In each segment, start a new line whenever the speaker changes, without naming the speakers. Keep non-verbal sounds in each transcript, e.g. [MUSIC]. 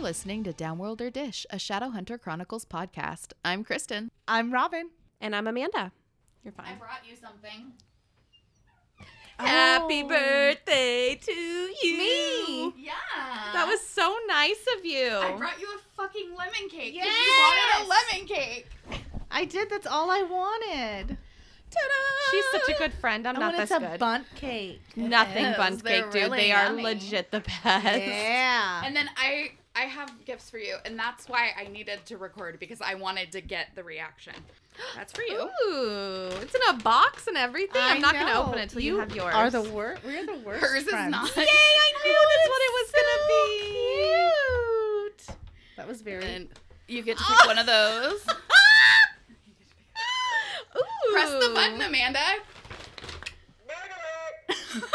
listening to Downworlder Dish, a Shadowhunter Chronicles podcast. I'm Kristen.
I'm Robin.
And I'm Amanda.
You're fine.
brought you something.
Happy
Oh.
birthday to you.
Me.
Yeah.
That was so nice of you.
brought you a fucking lemon cake
'cause you wanted a
lemon cake.
I did. That's all I wanted.
[LAUGHS]
Ta-da!
She's such a good friend.
Oh,
I'm
I
not
wanted
this
some
good.
bunt cake.
Nothing
[LAUGHS] Yes,
buns
they're
cake, dude.
really
they are
yummy.
legit the best.
Yeah.
And then I I have gifts for you, and that's why I needed to record because I wanted to get the reaction. That's for you.
Ooh, it's in a box and everything.
I
I'm not gonna
know.
open it till you, have yours.
Are the worst. We're the worst.
Hers is
friends.
not.
[LAUGHS] Yay! I knew that's what it was gonna [LAUGHS] be. Cute.
That was very.
And you get to pick one of those.
Ah! Ooh.
[LAUGHS] Press the button, Amanda. [LAUGHS]
[LAUGHS]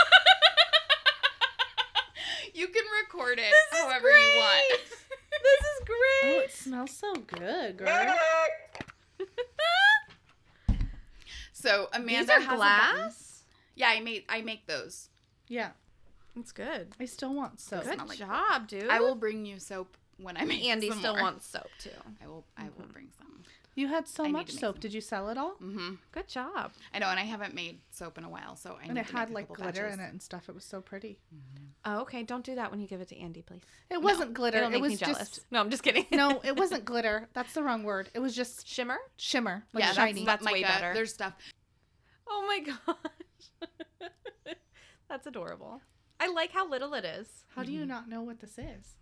you can record it
This is
however you want. [LAUGHS]
This is
oh,
great.
it smells so good, girl.
So Amanda
These are
has a button.
glass.
Yeah, I made I make those.
Yeah.
It's good.
I still want soap.
Good.
Good
not like-
job, dude.
I will bring you soap when I make.
Andy
some
still
more.
wants Mm-hmm. soap too.
I will. I will bring some.
You had so
I need
much
to make
soap.
some.
Did you sell it all?
Mm-hmm.
Good job.
I know, and I haven't made soap in a while, so I need
And it
to make
had
a
like
couple
glitter
batches.
in it and stuff. It was so pretty.
Oh, okay, don't do that when you give it to Andy, please.
It wasn't glitter.
It'll
it
make
was
me jealous.
[LAUGHS]
just
no, I'm just kidding. [LAUGHS]
no. It wasn't glitter. That's the wrong word. It was just
shimmer.
shimmer, like
yeah,
shiny.
that's,
That's way
mica.
better.
There's stuff.
Oh my gosh, [LAUGHS] that's adorable. I like how little it is.
How do you
Mm.
not know what this is?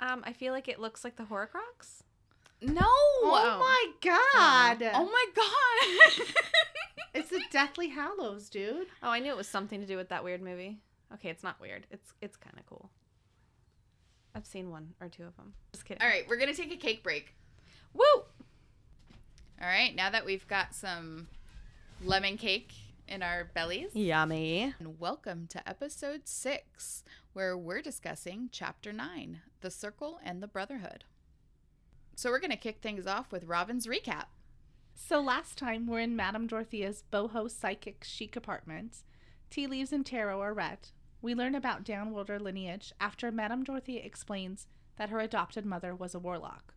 Um, I feel like it looks like the Horcrux.
No.
Oh my god!
Oh my god.
[LAUGHS]
It's the Deathly Hallows, dude.
Oh, I knew it was something to do with that weird movie. Okay, it's not weird. It's it's kind of cool. I've seen one or two of them. Just kidding.
All right, we're gonna take a cake break.
Woo!
All right, now that we've got some lemon cake in our bellies,
Yummy.
and welcome to episode six, where we're discussing chapter nine, the Circle and the Brotherhood. So we're gonna kick things off with Robin's recap.
So last time we're in Madame Dorothea's boho psychic chic apartment. Tea leaves and tarot are read. We learn about downworlder lineage after Madame Dorothea explains that her adopted mother was a warlock.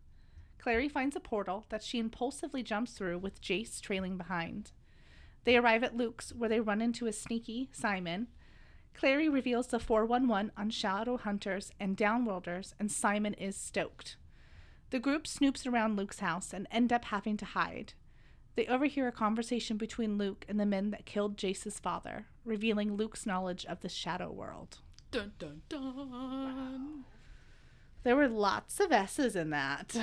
Clary finds a portal that she impulsively jumps through with Jace trailing behind. They arrive at Luke's where they run into a sneaky Simon. Clary reveals the 411 on shadow hunters and downworlders and Simon is stoked. The group snoops around Luke's house and end up having to hide. They overhear a conversation between Luke and the men that killed Jace's father, revealing Luke's knowledge of the shadow world.
Dun dun dun.
There were lots of S's in that.
[LAUGHS]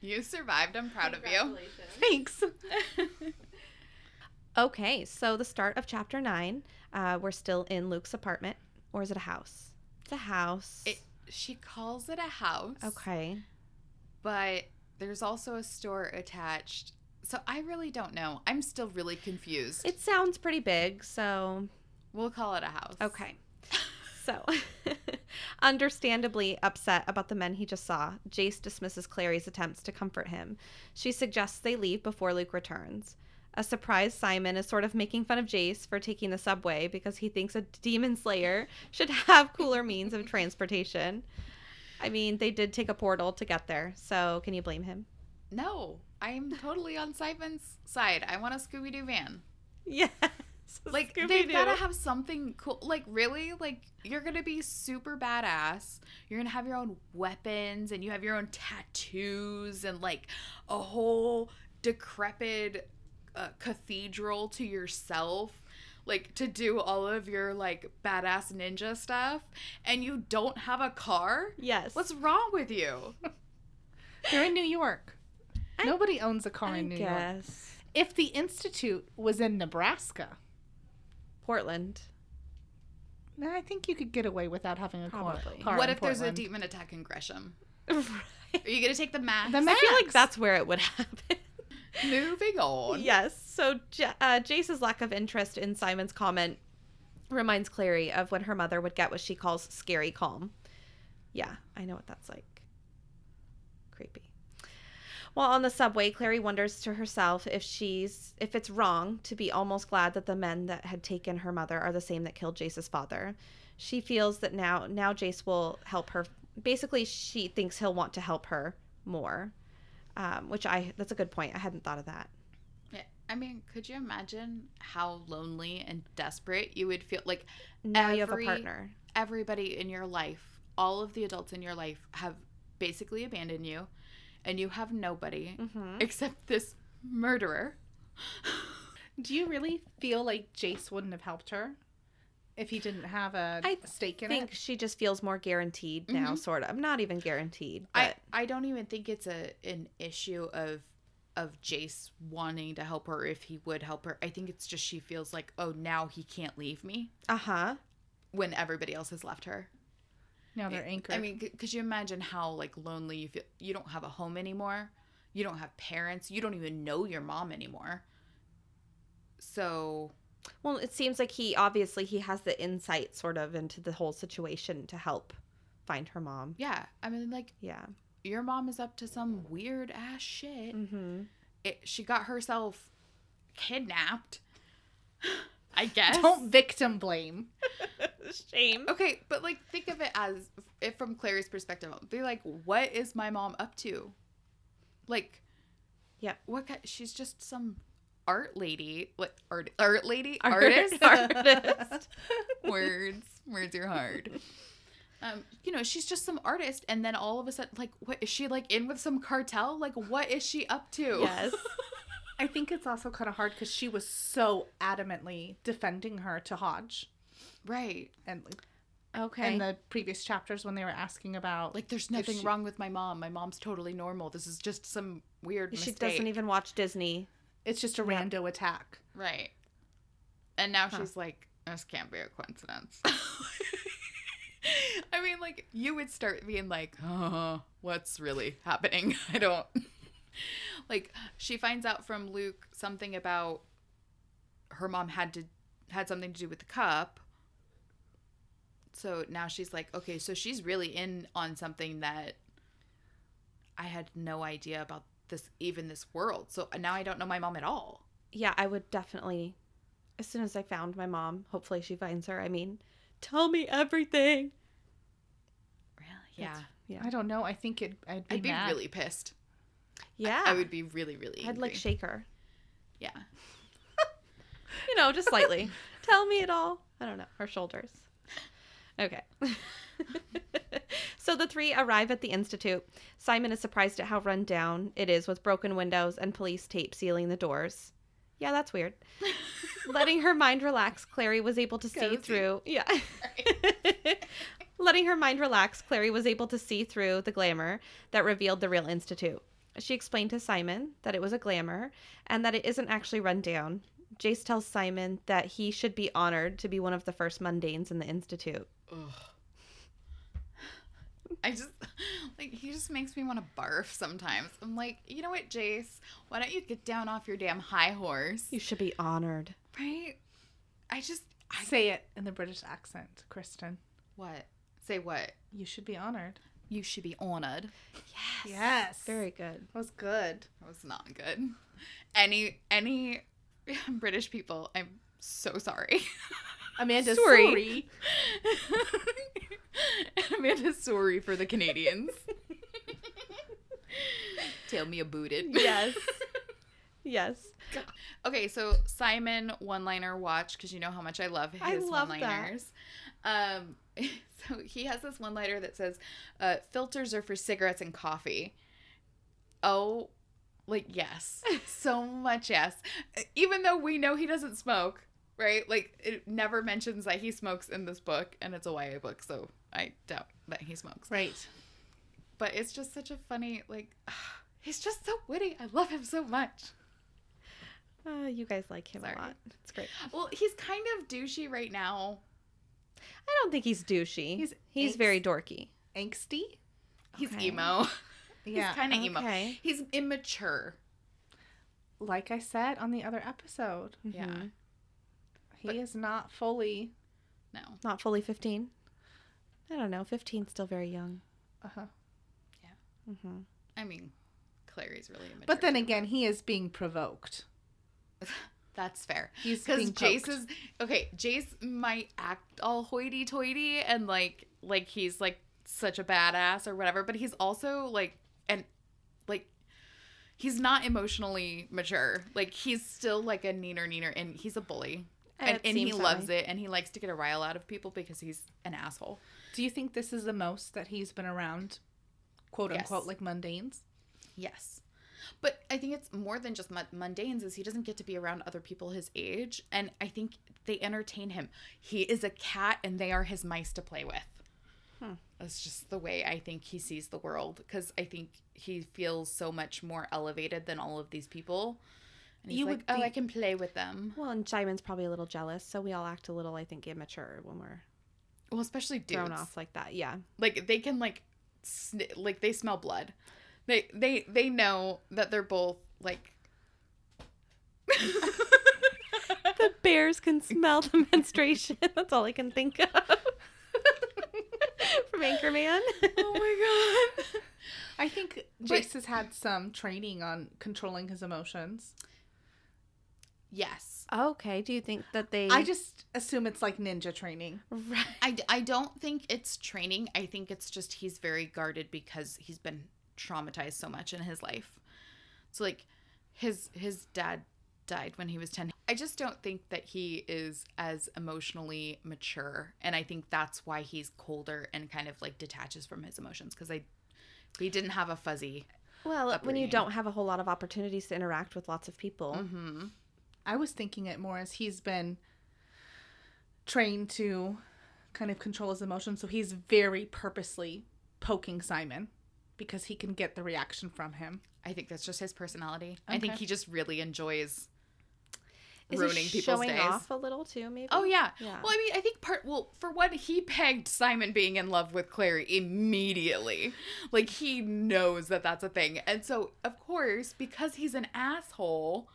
You survived. I'm proud of you.
Thanks.
Okay, so the start of chapter nine. Uh, we're still in Luke's apartment, or is it a house? It's a house.
It, she calls it a house.
okay.
But there's also a store attached. So I really don't know. I'm still really confused.
It sounds pretty big, so
we'll call it a house.
Okay. [LAUGHS] So, [LAUGHS] understandably upset about the men he just saw, Jace dismisses Clary's attempts to comfort him. She suggests they leave before Luke returns. A surprised Simon is sort of making fun of Jace for taking the subway because he thinks a demon slayer [LAUGHS] should have cooler means of transportation. I mean, they did take a portal to get there, so can you blame him?
No, I'm totally on Simon's side. I want a Scooby Doo van.
Yes.
[LAUGHS]
Like they've got to have something cool. Like really, like you're gonna be super badass. You're gonna have your own weapons and you have your own tattoos and like a whole decrepit uh, cathedral to yourself. Like to do all of your like badass ninja stuff, and you don't have a car.
Yes.
What's wrong with you?
[LAUGHS] They're in New York. Nobody owns a car
I
in New York.
guess.
If the Institute was in Nebraska,
Portland.
[LAUGHS]
[LAUGHS]
then I think you could get away without having a car.
Probably.
car
what
in
if there's a
Portland.
demon attack in Gresham?
Right.
Are you gonna take the max?
The
I feel like
Max.
that's where it would happen.
Moving on.
yes. So J- uh, Jace's lack of interest in Simon's comment reminds Clary of when her mother would get what she calls scary calm. Yeah, I know what that's like. Creepy. While on the subway, Clary wonders to herself if she's if it's wrong to be almost glad that the men that had taken her mother are the same that killed Jace's father. She feels that now now Jace will help her basically she thinks he'll want to help her more, um, which I that's a good point. I hadn't thought of that.
Yeah, I mean, could you imagine how lonely and desperate you would feel? Like
Now you have a
Every-
partner.
everybody in your life, all of the adults in your life have basically abandoned you, and you have nobody
Mm-hmm.
except this murderer.
Do you really feel like Jace wouldn't have helped her if he didn't have a
I
stake
I
in
think
it?
she just feels more guaranteed now, sort of. Not even guaranteed, but
I, I don't even think it's a an issue of of Jace wanting to help her if he would help her. I think it's just she feels like, oh, now he can't leave me
uh huh.
when everybody else has left her.
Now they're anchored.
I mean, c- could you imagine how like lonely you feel? You don't have a home anymore. You don't have parents. You don't even know your mom anymore. So
Well, it seems like he obviously he has the insight sort of into the whole situation to help find her mom.
yeah, I mean, like
Yeah.
your mom is up to some weird ass shit.
Mm-hmm.
It, she got herself kidnapped. [GASPS] I guess.
don't victim blame.
Shame.
Okay, but like think of it as if from Clary's perspective, be like, what is my mom up to? Like,
Yep.
what? Kind, she's just some art lady, like art art lady
Art- [LAUGHS] [LAUGHS]
artist.
artist.
[LAUGHS] words, words are hard. Um, you know, she's just some artist, and then all of a sudden, like, what is she like in with some cartel? Like, what is she up to?
Yes.
I think it's also kind of hard because she was so adamantly defending her to Hodge
right.
and
Okay.
in the previous chapters when they were asking about
Like, there's nothing
she-
wrong with my mom. My mom's totally normal. This is just some weird.
she
mistake.
doesn't even watch Disney.
it's just a
Yeah.
rando attack.
Right. And now
Huh.
she's like, this can't be a coincidence. I mean, like, you would start being like, uh, what's really happening? [LAUGHS] I don't. like, she finds out from Luke something about her mom had to had something to do with the cup. So now she's like, okay, so she's really in on something that I had no idea about this even this world. So now I don't know my mom at all.
Yeah, I would definitely as soon as I found my mom, hopefully she finds her. I mean, tell me everything.
Really? Yeah.
That's- Yeah.
I don't know. I think it. I'd be,
I'd be
mad.
really pissed.
Yeah.
I would be really, really angry.
I'd like shake her.
yeah.
You know, just [LAUGHS] slightly. Tell me it all. I don't know. Her shoulders. Okay. [LAUGHS] so the three arrive at the Institute. Simon is surprised at how run down it is with broken windows and police tape sealing the doors. Yeah, that's [LAUGHS] weird. Letting her mind relax, Clary was able to see
Cozy.
through. Yeah. [LAUGHS] Letting her mind relax, Clary was able to see through the glamour that revealed the real institute. She explained to Simon that it was a glamour and that it isn't actually run down. Jace tells Simon that he should be honored to be one of the first mundanes in the institute.
Ugh. I just [LAUGHS] like he just makes me want to barf sometimes. I'm like, you know what, Jace? Why don't you get down off your damn high horse?
You should be honored.
Right? I just I
Say it in the British accent, Kristen.
what? Say what?
You should be honored.
You should be honored.
Yes.
Yes.
Very good.
That was good.
That was not good. Any any [LAUGHS] British people, I'm so sorry. [LAUGHS]
Amanda,
Sorry.
sorry.
Amanda, sorry for the Canadians. [LAUGHS] Tell me about [LAUGHS] it.
Yes. [LAUGHS] yes.
Okay, so Simon one liner watch because you know how much I love
I
his
love
one liners. Um, [LAUGHS] so he has this one liner that says, uh, "Filters are for cigarettes and coffee." Oh, like [LAUGHS] yes, so much yes. Even though we know he doesn't smoke, right? Like it never mentions that he smokes in this book, and it's a YA book, so I doubt that he smokes.
Right.
But it's just such a funny like. [SIGHS] He's just so witty. I love him so much.
Uh, you guys like him
Sorry.
a lot. It's great.
Well, he's kind of douchey right now.
I don't think he's douchey. He's
He's
he's
angst-
very dorky.
Angsty.
He's
Okay.
emo. [LAUGHS]
Yeah.
He's kind of emo.
Okay.
He's immature.
like I said on the other episode,
Yeah.
he
But-
is not fully.
No.
Not fully 15. I don't know. 15 's still very young.
Uh-huh.
Mm-hmm.
I mean, Clary's really immature.
But then
too.
again, he is being provoked.
that's fair.
He's
Because
being
Jace
poked.
is okay. Jace might act all hoity-toity and like like he's like such a badass or whatever, but he's also like and like he's not emotionally mature. Like he's still like a neener neener and he's a bully. And, and he loves it and he likes to get a rile out of people because he's an asshole.
Do you think this is the most that he's been around, quote
Yes.
unquote, like mundanes?
Yes. But I think it's more than just mu- mundanes is he doesn't get to be around other people his age and I think they entertain him. He is a cat and they are his mice to play with.
Hmm.
That's just the way I think he sees the world cuz I think he feels so much more elevated than all of these people. And he's
You
like,
would
"Oh, I
think-
can play with them."
Well, and Jaimin's probably a little jealous, so we all act a little, I think, immature when we're
Well, especially dudes.
thrown off like that. Yeah.
Like they can like sn- like they smell blood. They they they know that they're both like [LAUGHS]
The bears can smell [LAUGHS] the menstruation. That's all I can think [LAUGHS] of. From Anchorman.
oh my god.
I think
But-
Jace has had some training on controlling his emotions.
Yes.
Okay. Do you think that they?
I just assume it's like ninja training.
Right.
I, d- I don't think it's training. I think it's just he's very guarded because he's been traumatized so much in his life. So like his his dad died when he was 10. I just don't think that he is as emotionally mature and I think that's why he's colder and kind of like detaches from his emotions cuz I he didn't have a fuzzy.
Well, when you
upbringing.
don't have a whole lot of opportunities to interact with lots of people,
Mhm.
I was thinking it more as he's been trained to kind of control his emotions. So he's very purposely poking Simon because he can get the reaction from him.
I think that's just his personality. I think
Okay.
he just really enjoys
Is it
ruining people's
showing
days.
off a little too, maybe.
Oh yeah.
Yeah.
Well, I mean, I think part well, for one, he pegged Simon being in love with Clary immediately. Like he knows that that's a thing. And so, of course, because he's an asshole,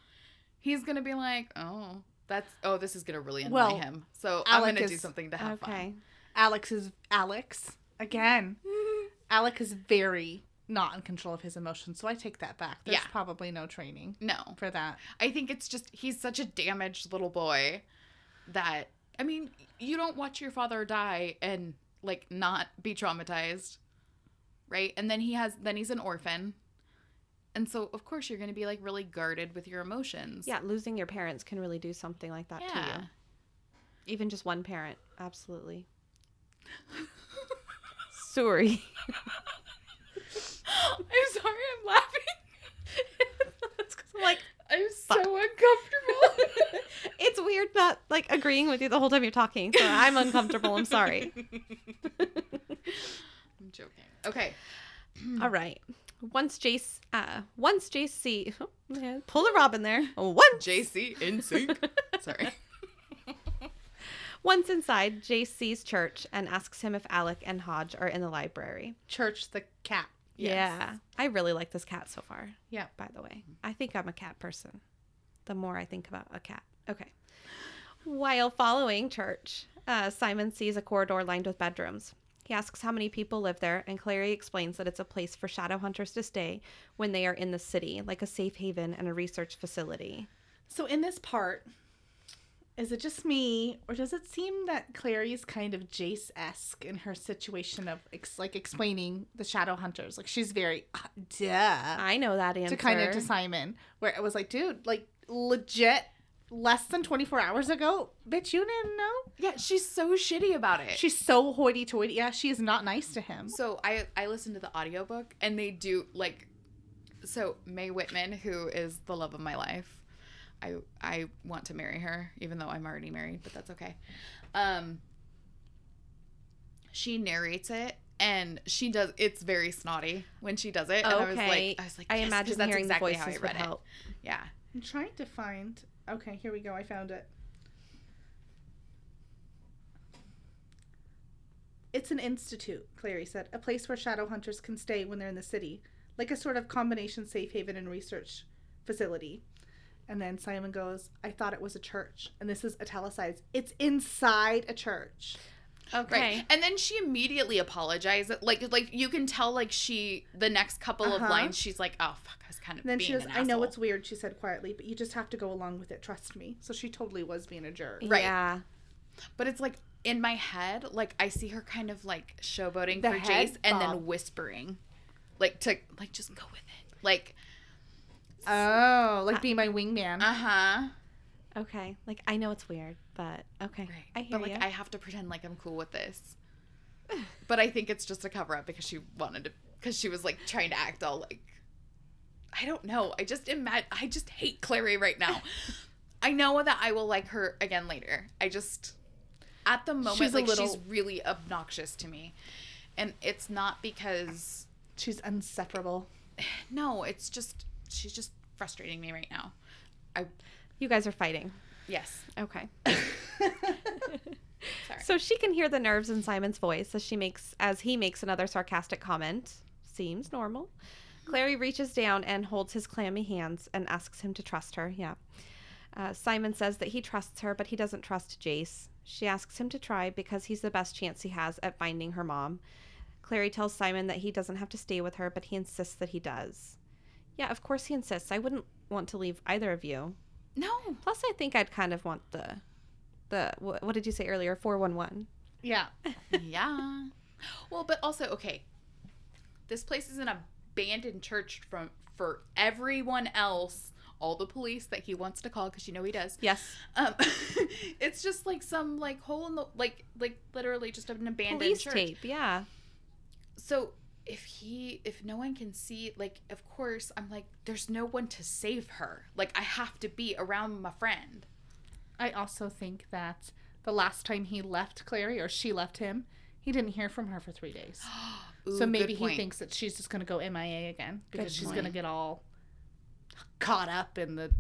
he's going to be like, "Oh, that's oh, this is going to really annoy
Well,
him." So, I'm going
Alec
to do
is-
something to have
okay.
Alex is Alex again. [LAUGHS] Alex is very not in control of his emotions, so I take that back. There's
Yeah.
probably no training
fun. No.
for that.
I think it's just he's such a damaged little boy that I mean, you don't watch your father die and like not be traumatized, right? And then he has then he's an orphan. And so of course you're going to be like really guarded with your emotions.
Yeah, losing your parents can really do something like that to
Yeah.
you. Even just one parent, absolutely.
[LAUGHS]
Sorry.
[GASPS] I'm sorry I'm laughing.
it's 'cause [LAUGHS] I'm like
I'm
[LAUGHS]
so uncomfortable.
it's weird not like agreeing with you the whole time you're talking. So I'm uncomfortable. I'm sorry.
I'm joking. Okay.
All right. Once Jace, uh, once JC, yeah, pull a Robin there. Once
JC
[LAUGHS]
in sync. sorry.
Once inside, Jace sees Church and asks him if Alec and Hodge are in the library.
Church the cat.
Yes.
Yeah. I really like this cat so far.
Yeah.
By the way, I think I'm a cat person. The more I think about a cat. Okay. While following Church, uh, Simon sees a corridor lined with bedrooms. He asks how many people live there, and Clary explains that it's a place for shadow hunters to stay when they are in the city, like a safe haven and a research facility.
So in this part, is it just me, or does it seem that Clary is kind of Jace esque in her situation of ex- like explaining the Shadow Hunters? Like she's very uh, duh
I know that answer.
to kind of to Simon, where it was like, dude, like legit, less than twenty four hours ago, bitch, you didn't know.
Yeah, she's so shitty about it.
She's so hoity-toity. Yeah, she is not nice to him.
So I I listened to the audiobook and they do like so Mae Whitman who is the love of my life. I I want to marry her even though I'm already married, but that's okay. Um she narrates it and she does it's very snotty when she does it and I was
Okay.
like I was like
I
yes, 'cause
imagine
that's
hearing
exactly
the
how I
voices would
read it.
help.
Yeah.
I'm trying to find. Okay, here we go. I found it. It's an institute, Clary said, a place where shadow hunters can stay when they're in the city, like a sort of combination safe haven and research facility. And then Simon goes, I thought it was a church. And this is italicized. It's inside a church.
Right.
Okay.
And then she immediately apologized. Like like you can tell like she the next couple of
Uh-huh.
lines she's like, "Oh fuck, I was kind of
And then
being
she goes,
an
I know
asshole."
it's weird, she said quietly, but you just have to go along with it. Trust me. So she totally was being a jerk.
Right.
Yeah.
But it's like in my head, like I see her kind of like showboating
The
for
head Oh.
Jace and
bob.
then whispering, like to like just go with it, like
Oh, like being my wingman.
uh
Uh-huh.
huh,
Okay. Like I know it's weird, but okay.
right.
I hear
but like
ya.
I have to pretend like I'm cool with this. but I think it's just a cover up because she wanted to, because she was like trying to act all like, I don't know. I just imagine. I just hate Clary right
[LAUGHS]
now. I know that I will like her again later. I just at the moment
She's a
like she's
little-
really obnoxious to me, and it's not because
She's inseparable.
No, it's just she's just frustrating me right now.
you guys are fighting.
Yes.
[LAUGHS] Okay.
Sorry.
So she can hear the nerves in Simon's voice as she makes as he makes another sarcastic comment. Seems normal. Clary reaches down and holds his clammy hands and asks him to trust her. Yeah. Uh, Simon says that he trusts her, but he doesn't trust Jace. She asks him to try because he's the best chance he has at finding her mom. Clary tells Simon that he doesn't have to stay with her, but he insists that he does. Yeah, of course he insists. I wouldn't want to leave either of you.
no.
Plus, I think I'd kind of want the, the wh- what did you say earlier? Four one one.
Yeah.
yeah. [LAUGHS] Well, but also okay. This place is an abandoned church from for everyone else, all the police that he wants to call because you know he does.
Yes.
Um, [LAUGHS] it's just like some like hole in the like like literally just an abandoned
Police
church.
tape. Yeah.
So if he if no one can see like of course I'm like there's no one to save her. Like I have to be around my friend.
I also think that the last time he left Clary or she left him, he didn't hear from her for three
[GASPS]
days.
Ooh,
so
good
maybe he
point.
thinks that she's just going to go MIA again because
Good
she's going to
point.
get all caught up in the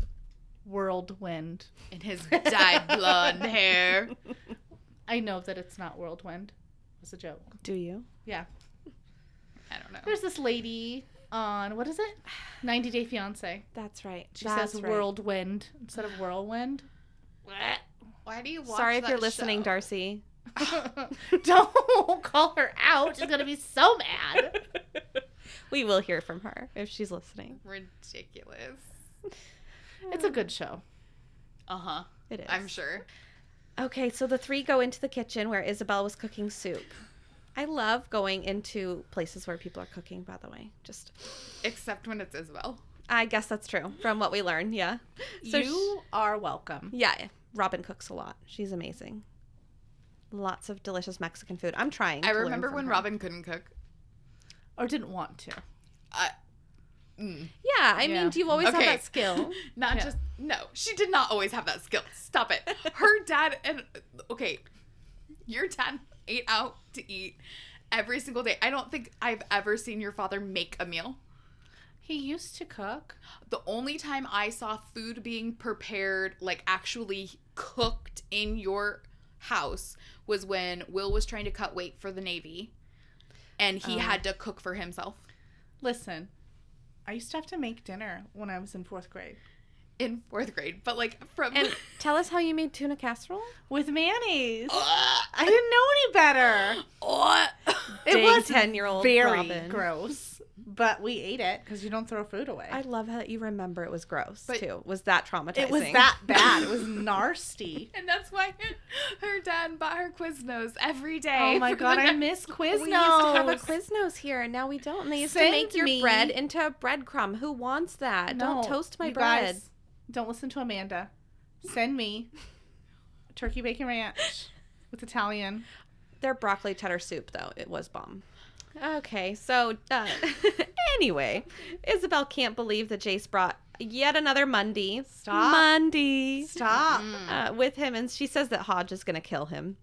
whirlwind.
in his dyed blonde hair.
I know that it's not whirlwind. It was a joke.
Do you?
Yeah.
I don't know.
There's this lady on, what is it? [SIGHS] 90 Day Fiance.
That's right.
She
That's
says
right.
whirlwind
[SIGHS]
instead of whirlwind. [LAUGHS]
Why do you watch
Sorry if
that
you're listening,
show?
Darcy.
Don't call her out. She's going to be so mad.
we will hear from her if she's listening.
Ridiculous.
It's a good show.
Uh huh.
It is.
I'm sure.
Okay, so the three go into the kitchen where Isabel was cooking soup. I love going into places where people are cooking. By the way, just
Except when it's Isabel.
I guess that's true from what we learn. Yeah. So
you are welcome.
Yeah, Robin cooks a lot. She's amazing. Lots of delicious Mexican food. I'm trying.
I
to learn
remember
from
when
her.
Robin couldn't cook.
Or didn't want to.
Mm.
Yeah, I
Yeah.
mean, do you always
Okay.
have that [LAUGHS] skill?
[LAUGHS] Not
Yeah.
just no. She did not always have that skill.
[LAUGHS]
Stop it. Her dad and okay, your dad ate out to eat every single day. I don't think I've ever seen your father make a meal.
He used to cook.
the only time I saw food being prepared, like actually cooked in your house, was when Will was trying to cut weight for the Navy and he
Uh.
Oh.
had to cook for himself
Listen, I used to have to make dinner when I was in fourth grade
in fourth grade. But like from.
And tell us how you made tuna casserole.
with
[GASPS]
mayonnaise.
Ugh.
I didn't know any better.
Ugh.
It was
ten-year-old
very
Robin.
gross, but we ate it because you don't throw food away.
I love how you remember it was gross
But-
too. Was that traumatizing?
it was that bad. It was
[LAUGHS]
nasty.
[LAUGHS] and that's why her dad bought her Quiznos every day.
Oh my
for the [LAUGHS]
god, I
next-
miss
We used to have a
Quiznos.
Quiznos here, and now we don't. And they used
Send
to make your
me-
bread into a breadcrumb. Who wants that?
No,
don't toast my
you
bread.
guys, don't listen to Amanda.
[LAUGHS]
Send me turkey bacon ranch with Italian.
Their broccoli cheddar soup, though, it was bomb. Okay, so uh, [LAUGHS] anyway, Isabel can't believe that Jace brought yet another Mundy.
Stop.
Mundy.
Stop.
uh, with him, and she says that Hodge is going to kill him.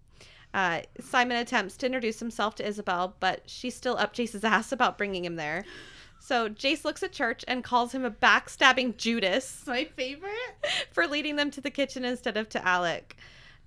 Uh, Simon attempts to introduce himself to Isabel, but she's still up Jace's ass about bringing him there. So Jace looks at Church and calls him a backstabbing Judas
It's my favorite.
for leading them to the kitchen instead of to Alec.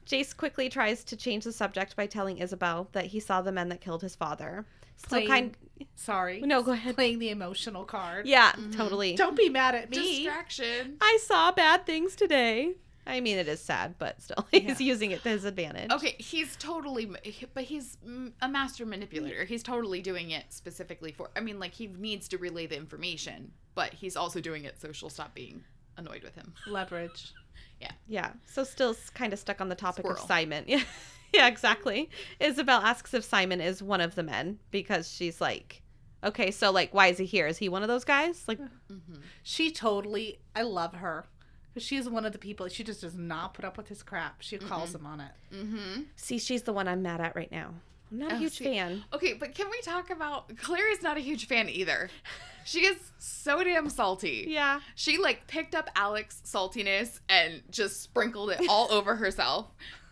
Jace quickly tries to change the subject by telling Isabel that he saw the men that killed his father. Still
Playing-
kind.
Sorry.
No, go ahead.
Playing the emotional card.
Yeah,
Mhm.
totally.
Don't be mad at me.
Distraction.
I saw bad things today. I mean, it is sad, but still, [LAUGHS] he's
Yeah.
using it to his advantage.
Okay, he's totally, ma- he- but he's mm, a master manipulator. He's totally doing it specifically for. I mean, like he needs to relay the information, but he's also doing it so she'll stop being annoyed with him.
Leverage.
Yeah. So still kind of stuck on the topic of
Squirrel.
Simon. [LAUGHS] Yeah. yeah, exactly. Isabel asks if Simon is one of the men because she's like, okay, so like, why is he here? Is he one of those guys? Like,
Mhm.
She totally, I love her. 'Cause She is one of the people, she just does not put up with his crap. She calls him on it.
Mhm.
see, she's the one I'm mad at right now. I'm not a
Oh,
huge
see.
fan.
Okay, but can we talk about Clary's not a huge fan either. She is so damn salty.
Yeah.
She like picked up Alex's saltiness and just sprinkled it all over herself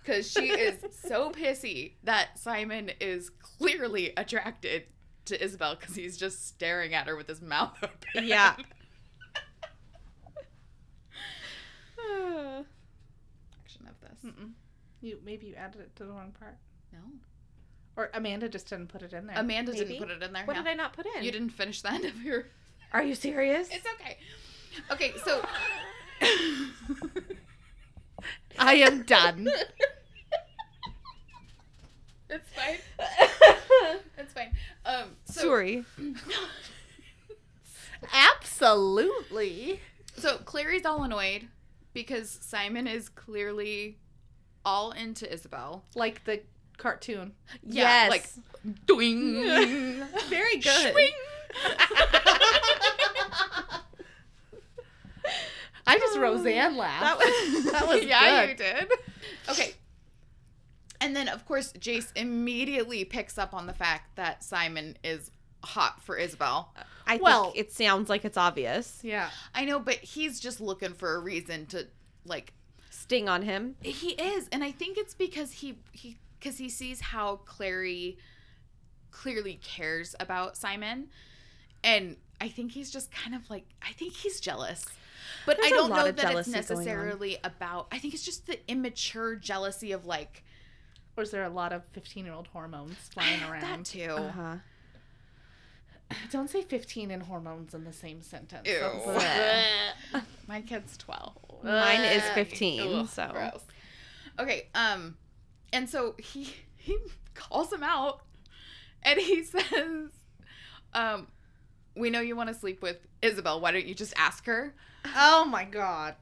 cuz she is so pissy that Simon is clearly attracted to Isabel cuz he's just staring at her with his mouth open.
Yeah.
[LAUGHS] Action of this.
Mm-mm. You Maybe you added it to the wrong part.
No.
Or Amanda just didn't put it in there.
Amanda
Maybe.
didn't put it in there.
what
yeah.
did I not put in?
you didn't finish the end of your [LAUGHS]
Are you serious? [LAUGHS]
It's okay. Okay, so
I am done.
[LAUGHS] It's fine. It's fine. Um [LAUGHS] so
Sorry.
Absolutely.
So Clary's all annoyed because Simon is clearly all into Isabel.
Like the cartoon.
Yeah, like- Doing.
[LAUGHS]
very
Swing.
I just Roseanne laughed.
was
That Oh,
[LAUGHS]
was
yeah,
good.
you did. Okay. And then of course Jace immediately picks up on the fact that Simon is hot for Isabel.
[LAUGHS]
Uh.
I
Well-
think it sounds like it's obvious.
Yeah.
I know, but he's just looking for a reason to like
Sting on him.
He is, and I think it's because he he because he sees how Clary clearly cares about Simon, and I think he's just kind of like I think he's jealous, but
There's
I
a
don't
lot
know
of
that it's
jealousy going on.
necessarily about. I think it's just the immature jealousy of like
Or is there a lot of 15 year old [GASPS] hormones flying
[SIGHS] that
around?
too.
Uh-huh.
Don't say 15 and hormones in the same sentence.
Ew.
That's-
[LAUGHS] My kid's twelve.
Mine is
Ugh.
15,
Ugh,
so.
gross. Okay, um and so he [LAUGHS] he calls him out and he [LAUGHS] says um we know you want to sleep with Isabel. Why don't you just ask her
[LAUGHS] oh my God.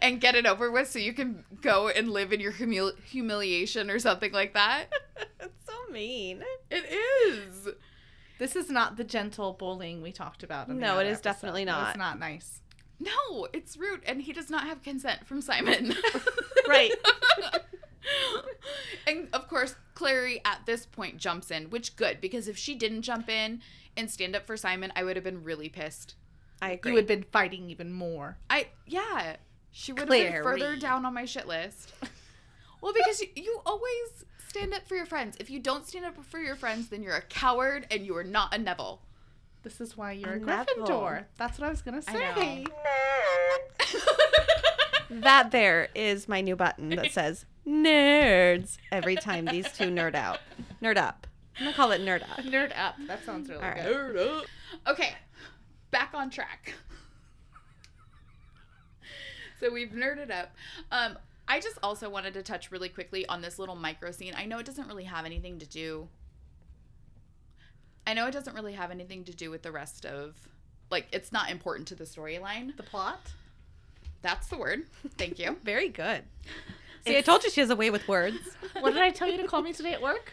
and get it over with so you can go and live in your humil- humiliation or something like that?
That's so mean.
[LAUGHS] It is.
This is not the gentle bullying we talked about. In the
No, it
other
is
episode.
definitely
That was
not.
not nice.
No, it's rude and he does not have consent from Simon.
Right.
[LAUGHS] and of course, Clary at this point jumps in, which good because if she didn't jump in and stand up for Simon, I would have been really pissed.
I
You
agree.
would have been fighting even more.
I yeah, she would have been further
Clary.
down on my shit list. Well, because you, you always stand up for your friends. If you don't stand up for your friends, then you're a coward and you are not a Neville. [LAUGHS]
This is why you're a,
A Neville.
Gryffindor. That's what I was going to
I
say.
That there is my new button that says nerds every time these two nerd out. Nerd up. I'm gonna call it nerd up.
Nerd up. That sounds really
All right.
good.
Okay, back on track. so we've nerded up. Um, I just also wanted to touch really quickly on this little micro scene. I know it doesn't really have anything to do. I know it doesn't really have anything to do with the rest of, like, it's not important to the storyline.
The plot?
That's the word. Thank you.
Very good. See, I told you she has a way with words.
What did I tell you to call me today at work?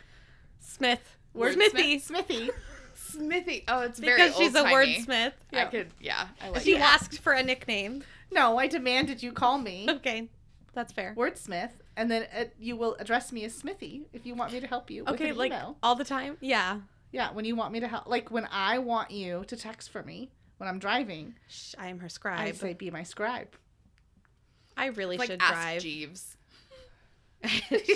Smith.
Wordsmith.
Wordsmithy.
Smithy.
[LAUGHS] Smithy. Oh, it's very
Because she's a
old-timey.
wordsmith.
I could, yeah. I like
She
it.
asked for a nickname.
[LAUGHS] No, I demanded you call [LAUGHS] me
Okay. That's fair.
wordsmith, and then uh, you will address me as Smithy if you want me to help you. with
Okay,
an
like
email.
all the time? Yeah.
yeah, when you want me to help, like when I want you to text for me when I'm driving,
Sh- I am her
I
scribe.
say be my scribe.
I really
Like,
should
ask
drive.
Jeeves.
[LAUGHS]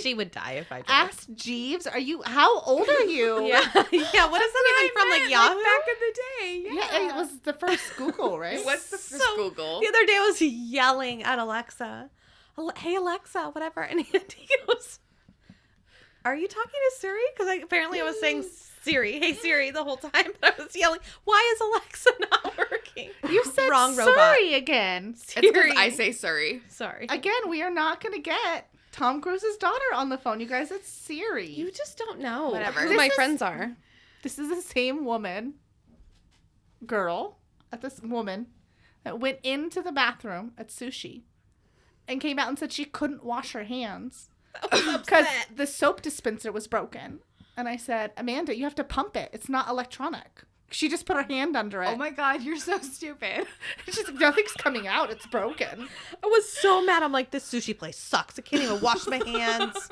she would die if I drove.
Ask Jeeves, are you? How old are
[LAUGHS]
you?
Yeah. [LAUGHS] yeah. What is that even from? Like Yahoo?
in the
Yeah, it was the
[LAUGHS]
first Google, right?
It was the first
So-
Google.
The other day I was yelling at Alexa, "Al- "Hey Alexa, whatever," and [LAUGHS] he goes, "Are you talking to Siri?" Because I, apparently I was saying Siri, "Hey Siri" the whole time, [LAUGHS] but I was yelling, "Why is Alexa not working?"
You said
Wrong
sorry
robot.
[LAUGHS]
again.
It's because
Siri.
I say Surrey.
sorry.
Again, we are not going to get Tom Cruise's daughter on the phone, you guys. It's Siri.
you just don't know
Whatever.
who
This
my
is-
friends are.
this is the same woman, girl, at this woman that went into the bathroom at sushi and came out and said she couldn't wash her hands [LAUGHS] because the soap dispenser was broken. And I said, Amanda, you have to pump it. It's not electronic. She just put her hand under it.
Oh my god, you're so stupid.
[LAUGHS] She's like, nothing's coming out. It's broken.
I was so mad. I'm like, this sushi place sucks. I can't even wash my [LAUGHS] hands.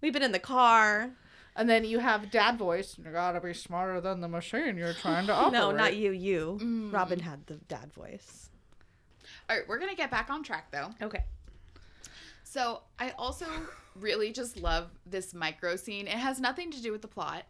We've been in the car.
And then you have dad voice. You gotta be smarter than the machine you're trying to
[LAUGHS]
operate.
No, not you. You.
Mm.
Robin had the dad voice.
All right, we're going to get back on track though.
Okay.
So I also really just love this micro scene. It has nothing to do with the plot,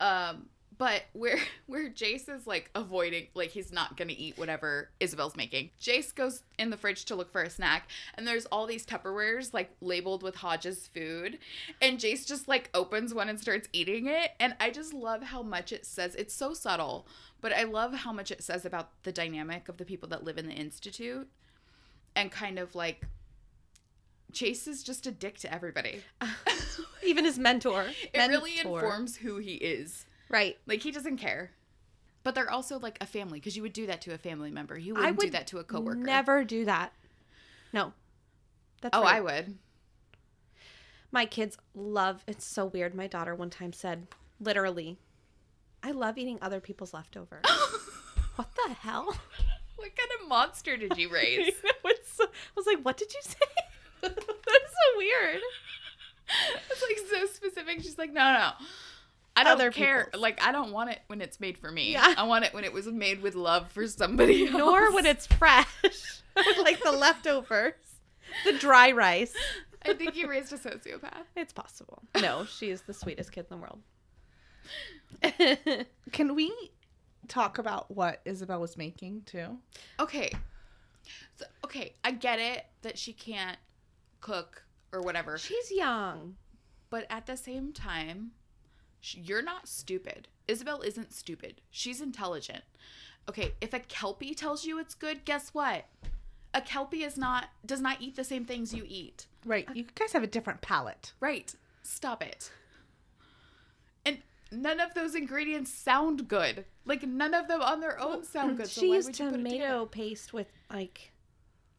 um, but where [LAUGHS] where Jace is like avoiding, like he's not gonna eat whatever Isabel's making. Jace goes in the fridge to look for a snack, and there's all these Tupperwares like labeled with Hodges food, and Jace just like opens one and starts eating it. And I just love how much it says. It's so subtle, but I love how much it says about the dynamic of the people that live in the institute, and kind of like. Jace is just a dick to everybody.
Even his mentor.
[LAUGHS] It really
Mentor.
informs who he is.
Right.
Like he doesn't care. But they're also like a family because you would do that to a family member. You wouldn't do
would
that to a coworker.
Never do that. No. That's
Oh,
right.
I would.
[LAUGHS] My kids love it's so weird. My daughter one time said, literally, I love eating other people's
[GASPS]
leftovers. what the hell?
What kind of monster did you
[LAUGHS]
raise?
What's so- I was like, what did you say? [LAUGHS] That's so weird.
it's like so specific. She's like, no, no. I don't
Other
care.
people's.
Like I don't want it when it's made for me.
Yeah.
I want it when it was made with love for somebody. Else.
[LAUGHS] Nor when it's [LAUGHS] fresh. like the leftovers. The dry rice.
I think you raised a sociopath.
It's possible. No, she is the sweetest kid in the world.
Can we talk about what Isabel was making too?
Okay. So, okay, I get it that she can't cook or whatever.
She's young.
But at the same time, sh- you're not stupid. Isabel isn't stupid. She's intelligent. Okay, if a kelpie tells you it's good, guess what? A kelpie is not does not eat the same things you eat.
Right. You guys have a different palette.
Right. Stop it. And none of those ingredients sound good. Like none of them on their own sound good. so
she
why
used
would you put it
tomato
together?
paste with like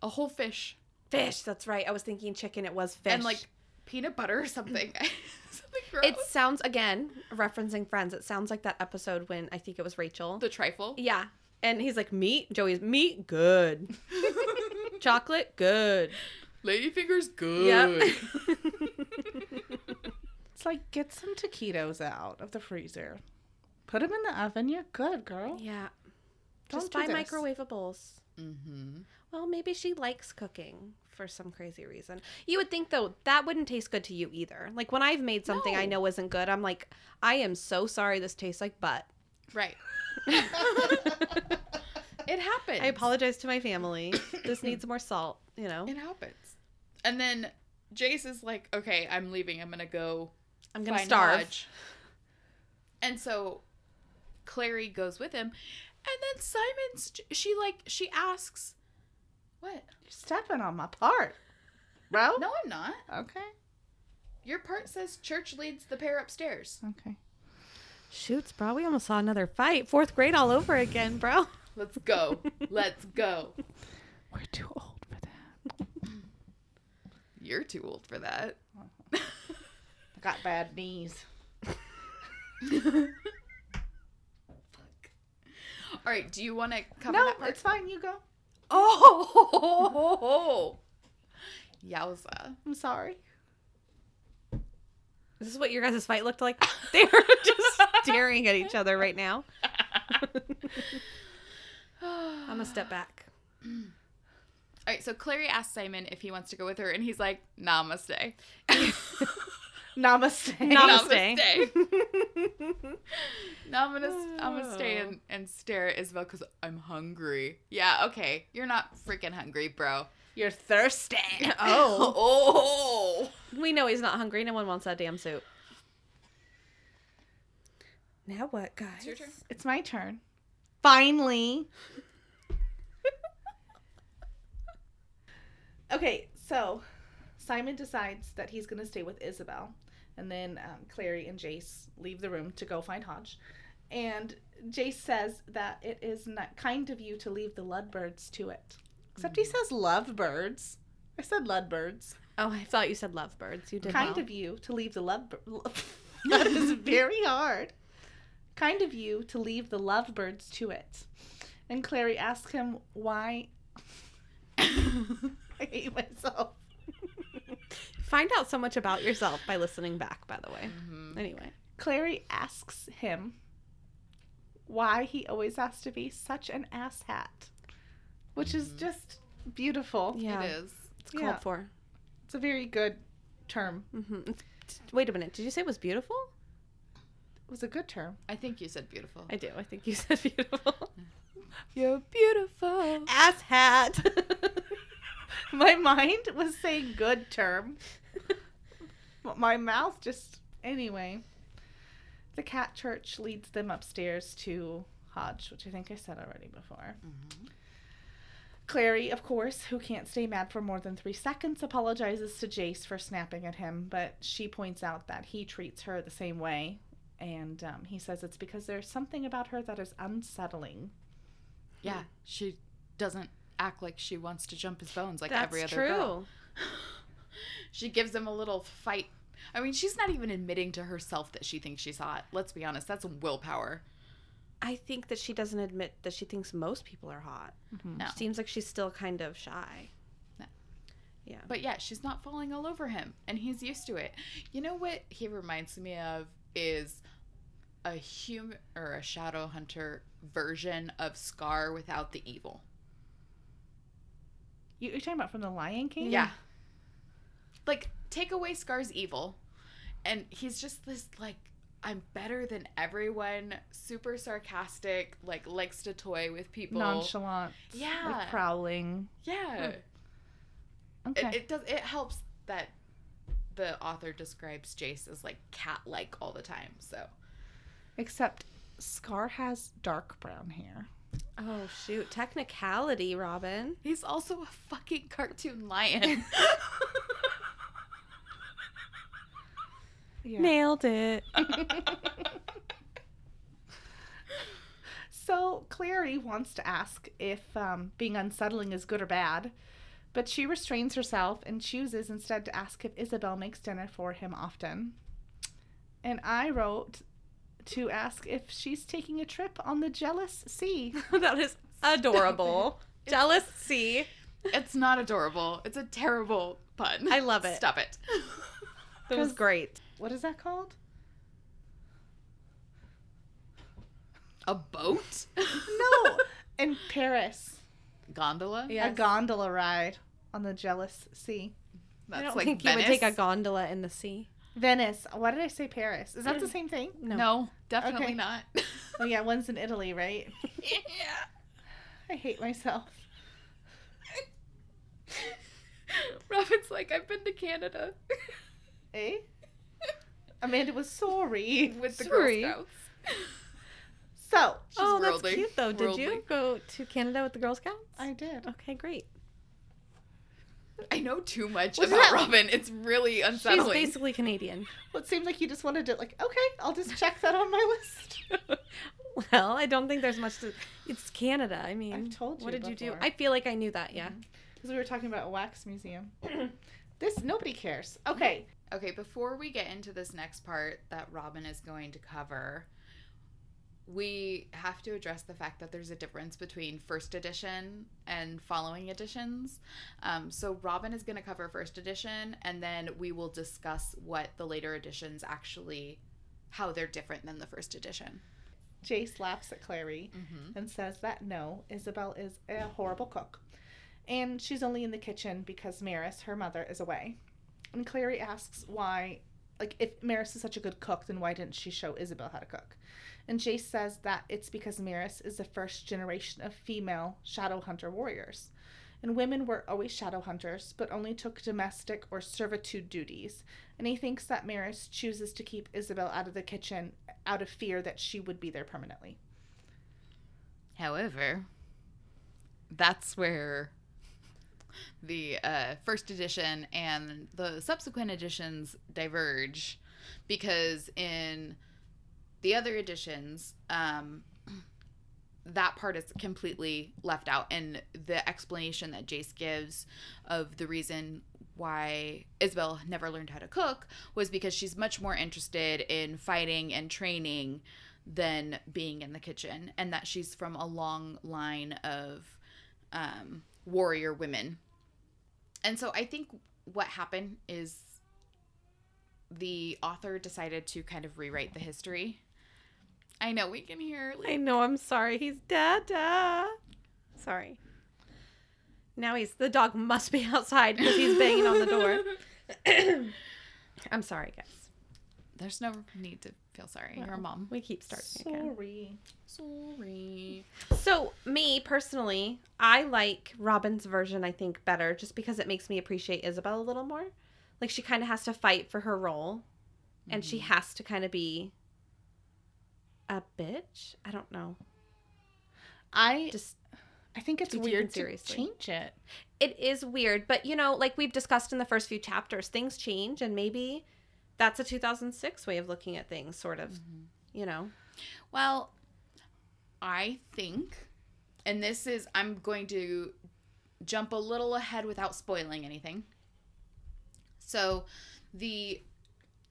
a whole fish,
fish. That's right. I was thinking chicken. It was fish.
and like peanut butter or something. [LAUGHS] something gross.
it sounds again referencing Friends. It sounds like that episode when I think it was Rachel.
the trifle.
yeah, and he's like meat. Joey's meat [LAUGHS] good. Chocolate good.
Ladyfingers good.
Yep.
It's like get some taquitos out of the freezer, put them in the oven. You're good, girl.
[LAUGHS] yeah.
Don't
Just
do
buy
this.
microwavables.
mm-hmm.
Well, maybe she likes cooking for some crazy reason. You would think though that wouldn't taste good to you either. Like when I've made something I
No.
know isn't good, I'm like, I am so sorry. This tastes like butt.
Right.
I
It happens.
apologize to my family. This needs more salt. You know,
It happens. And then Jace is like, okay, I'm leaving. I'm going to go
I'm gonna
find
starve.
Hodge." And so Clary goes with him. And then Simon's, she like, she asks, what?
You're stepping on my part, bro.
No, I'm not.
Okay.
Your part says church leads the pair upstairs.
Okay.
Shoots, bro. We almost saw another fight. Fourth grade all over again, bro.
Let's [LAUGHS] go. Let's go.
We're too old for that.
You're too old for that.
I got bad knees.
All right. Do you want to cover
No,
that part?
it's fine. You go.
[LAUGHS] Oh, [LAUGHS] yowza!
I'm sorry.
This is what your guys' fight looked like. [LAUGHS] They're just staring at each other right
[LAUGHS]
now. I'm gonna step back.
All right, so Clary asks Simon if he wants to go with her, and he's like,
[LAUGHS]
"Namaste." [LAUGHS]
Namaste.
Namaste.
now I'm gonna I'm gonna stay
Oh.
and, and stare at Isabel because I'm hungry. Yeah, okay, you're not freaking hungry, bro. [LAUGHS]
You're thirsty.
Oh.
oh,
We know he's not hungry. No one wants that damn soup. Now what, guys?
it's your turn.
It's my turn. Finally. okay, so Simon decides that he's going to stay with Isabel. And then um, Clary and Jace leave the room to go find Hodge. And Jace says that it is not kind of you to leave the Ludbirds to it. Except he says lovebirds. I said Ludbirds.
Oh, I thought you said lovebirds. You did
kind
well.
of you to leave the love. [LAUGHS] that is very hard. Kind of you to leave the lovebirds to it. And Clary asks him why. [LAUGHS] I hate myself.
Find out so much about yourself by listening back, by the way.
Mm-hmm.
Anyway.
Clary asks him why he always has to be such an asshat, which is
Mhm.
just beautiful.
Yeah.
It is.
It's
Yeah.
called for.
It's a very good term.
hmm Wait a minute. Did you say it was beautiful?
It was a good term.
I think you said beautiful.
I do. I think you said [LAUGHS] beautiful.
You're beautiful.
Ass [LAUGHS] hat.
[LAUGHS] My mind was saying good term. but my mouth just anyway. The cat church leads them upstairs to Hodge, which I think I said already before. Clary, of course, who can't stay mad for more than three seconds, apologizes to Jace for snapping at him, but she points out that he treats her the same way. And um, he says it's because there's something about her that is unsettling.
Yeah, she doesn't act like she wants to jump his bones like
That's
every other
true.
girl. She gives him a little fight. I mean, she's not even admitting to herself that she thinks she's hot. Let's be honest, that's willpower.
I think that she doesn't admit that she thinks most people are hot.
No.
She seems like she's still kind of shy.
But yeah, she's not falling all over him, and he's used to it. You know what he reminds me of is a human or a shadow hunter version of Scar without the evil.
You, you're talking about from The Lion King?
Yeah. Like, take away Scar's evil, and he's just this, like, I'm better than everyone, super sarcastic, like, likes to toy with people.
Nonchalant.
Yeah.
Like prowling.
Yeah.
Okay.
It, it does, it helps that the author describes Jace as, like, cat like all the time, so.
Except Scar has dark brown hair.
Oh shoot, technicality,
[LAUGHS]
Robin. [LAUGHS]
He's also a fucking cartoon lion.
Yeah.
Nailed it.
So Clary wants to ask if um, being unsettling is good or bad, but she restrains herself and chooses instead to ask if Isabel makes dinner for him often. And I wrote to ask if she's taking a trip on the jealous [LAUGHS] sea.
that is
[LAUGHS]
adorable. [LAUGHS] Jealous C.
[LAUGHS] it's not adorable. It's a terrible pun.
I love it.
Stop it.
That was
'Cause-
great.
What is that called?
A boat?
No, in Paris,
Gondola?
a
Yes.
gondola ride on the jealous sea.
That's
I don't
like
think
Venice.
you would take a gondola in the sea.
Venice. Why did I say Paris? Is that the same thing?
No.
No, definitely
Okay.
not.
Oh yeah, one's in Italy, right? I hate myself.
[LAUGHS] Robin's like, I've been to Canada [LAUGHS]
Eh? Amanda was sorry.
with the
Sorry.
Girl Scouts.
So
She's
oh, that's
worldly.
cute though. Did you
Worldly.
go to Canada with the Girl Scouts?
I did.
Okay, great.
I know too much
Wasn't
about
that-
Robin. It's really
She's
unsettling.
basically Canadian.
Well, it seemed like you just wanted to like, okay, I'll just check that on my list.
[LAUGHS] well, I don't think there's much to. It's Canada. I mean,
I've told
What
you
did you do?
before. Mm-hmm.
I feel like I knew that. Yeah.
Because we were talking about a wax museum. this nobody cares. Okay.
Okay, before we get into this next part that Robin is going to cover, we have to address the fact that there's a difference between first edition and following editions. Um, so, Robin is going to cover first edition, and then we will discuss what the later editions actually, how they're different than the first edition.
Jace laughs at Clary
Mm-hmm.
and says that no, Isabel is a horrible cook. And she's only in the kitchen because Maris, her mother, is away. And Clary asks why, like, if Maris is such a good cook, then why didn't she show Isabel how to cook? And Jace says that it's because Maris is the first generation of female shadow hunter warriors. And women were always shadow hunters, but only took domestic or servitude duties. And he thinks that Maris chooses to keep Isabel out of the kitchen out of fear that she would be there permanently.
However, that's where the uh, first edition and the subsequent editions diverge because in the other editions, um, that part is completely left out and the explanation that jace gives of the reason why isabel never learned how to cook was because she's much more interested in fighting and training than being in the kitchen and that she's from a long line of um, warrior women and so i think what happened is the author decided to kind of rewrite the history i know we can hear like,
I know, I'm sorry. He's dada. Sorry. Now he's the dog must be [LAUGHS] outside because he's banging on the door.
[LAUGHS]
[COUGHS] I'm sorry, guys.
There's no need to feel sorry. You're a
Well.
mom.
We keep starting again.
Sorry.
Sorry.
So, me personally, I like Robin's version, I think, better just because it makes me appreciate Isabel a little more. Like, she kind of has to fight for her role and she has to kind of be a bitch. I don't know.
I
Just
I think it's
be taken
weird to
seriously.
change it.
it is weird, but you know, like we've discussed in the first few chapters, things change, and maybe that's a 2006 way of looking at things, sort of. You know,
Well, I think, and this is, I'm going to jump a little ahead without spoiling anything. So, the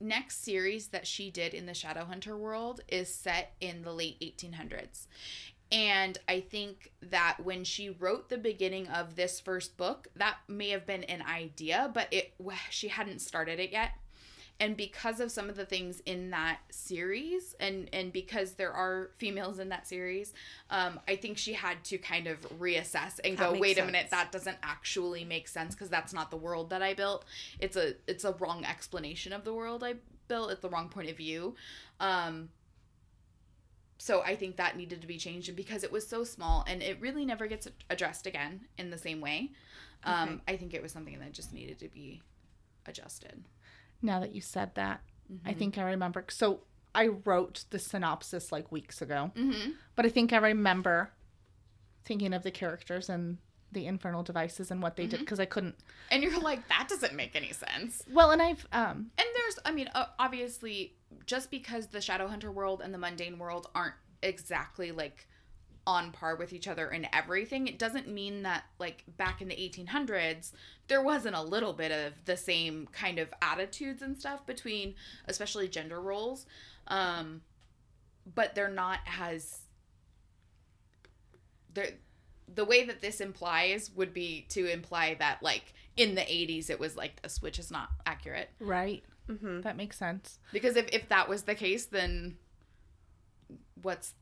next series that she did in the Shadowhunter world is set in the late 1800s. And I think that when she wrote the beginning of this first book, that may have been an idea, but it she hadn't started it yet and because of some of the things in that series and and because there are females in that series um, i think she had to kind of reassess and
That
go
makes
wait a
sense.
minute that doesn't actually make sense because that's not the world that i built it's a it's a wrong explanation of the world i built it's the wrong point of view um, so i think that needed to be changed and because it was so small and it really never gets addressed again in the same way um, i think it was something that just needed to be adjusted
Now that you said that, I
Mhm.
think I remember. So I wrote the synopsis like weeks ago,
Mhm.
but I think I remember thinking of the characters and the infernal devices and what they did because I couldn't.
And you're like, that doesn't make any sense.
Well, and I've um
And there's, I mean, uh, obviously, just because the Shadowhunter world and the mundane world aren't exactly like on par with each other in everything, it doesn't mean that, like, back in the 1800s, there wasn't a little bit of the same kind of attitudes and stuff between, especially gender roles. Um, but they're not as. They're, the way that this implies would be to imply that, like, in the 80s, it was like this, which is not accurate.
right
mm-hmm.
that makes sense.
Because if, if that was the case, then what's.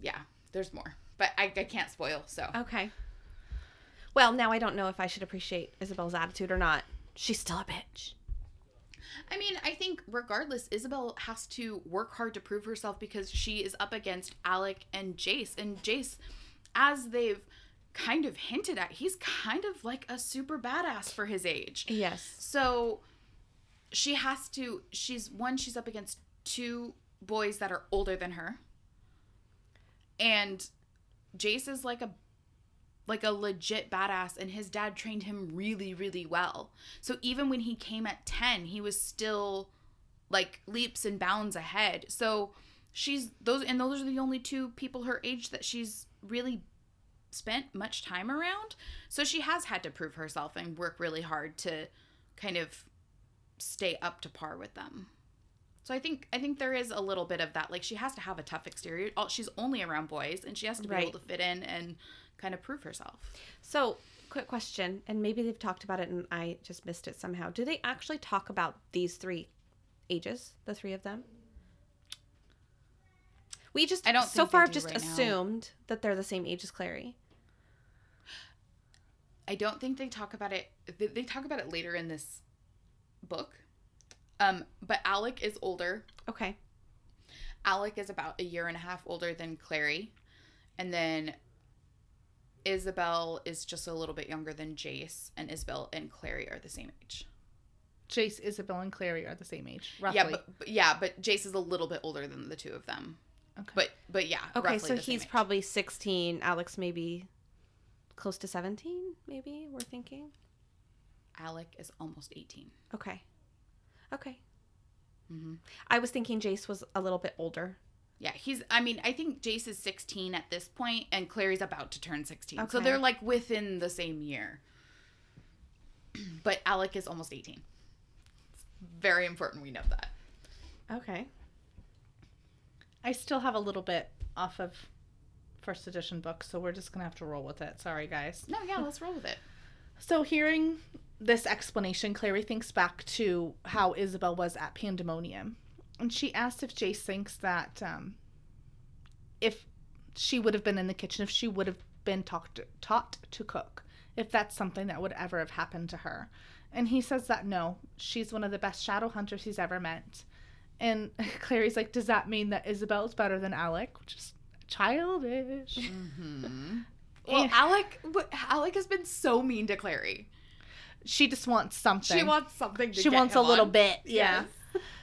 Yeah, there's more. But I, I can't spoil, so.
okay. Well, now I don't know if I should appreciate Isabel's attitude or not. She's still a bitch.
I mean, I think regardless, Isabel has to work hard to prove herself because she is up against Alec and Jace. And Jace, as they've kind of hinted at, he's kind of like a super badass for his age.
Yes.
So she has to she's one she's up against two boys that are older than her. And Jace is like a like a legit badass and his dad trained him really really well. So even when he came at 10, he was still like leaps and bounds ahead. So she's those and those are the only two people her age that she's really spent much time around. So she has had to prove herself and work really hard to kind of stay up to par with them. So I think I think there is a little bit of that. Like she has to have a tough exterior. Oh, She's only around boys, and she has to be
Right.
able to fit in and kind of prove herself.
So, quick question, and maybe they've talked about it and I just missed it somehow. Do they actually talk about these three ages, the three of them? We just
I don't
so
think they
far
do
just
right now.
assumed that they're the same age as Clary.
I don't think they talk about it. they- They talk about it later in this book. Um, but Alec is older.
Okay.
Alec is about a year and a half older than Clary. And then Isabel is just a little bit younger than Jace, and Isabel and Clary are the same age.
Jace, Isabel, and Clary are the same age roughly.
Yeah, but, but- yeah, but Jace is a little bit older than the two of them.
Okay.
But but yeah,
Okay,
roughly
so
the same
he's
age.
probably 16. Alex maybe close to 17, maybe we're thinking.
Alec is almost 18
Okay. Okay.
Mhm. Mm-hmm.
I was thinking Jace was a little bit older
Yeah, he's. I mean, I think Jace is 16 at this point, and Clary's about to turn 16. So
Okay.
they're like within the same year. [CLEARS THROAT] but Alec is almost 18. It's very important we know that.
Okay.
I still have a little bit off of first edition book, so we're just gonna have to roll with it. Sorry, guys.
No, yeah, let's roll with it.
So, hearing this explanation, Clary thinks back to how Isabel was at Pandemonium. And she asks if Jace thinks that um, if she would have been in the kitchen, if she would have been talked, taught to cook, if that's something that would ever have happened to her. And he says that no, she's one of the best shadow hunters he's ever met. And [LAUGHS] Clary's like, Does that mean that Isabel's better than Alec? Which is childish.
[LAUGHS] Mm-hmm. Well, Alec, w- Alec has been so mean to Clary.
she just wants something.
She wants something. To
she
get
wants a
him
little
on.
bit yeah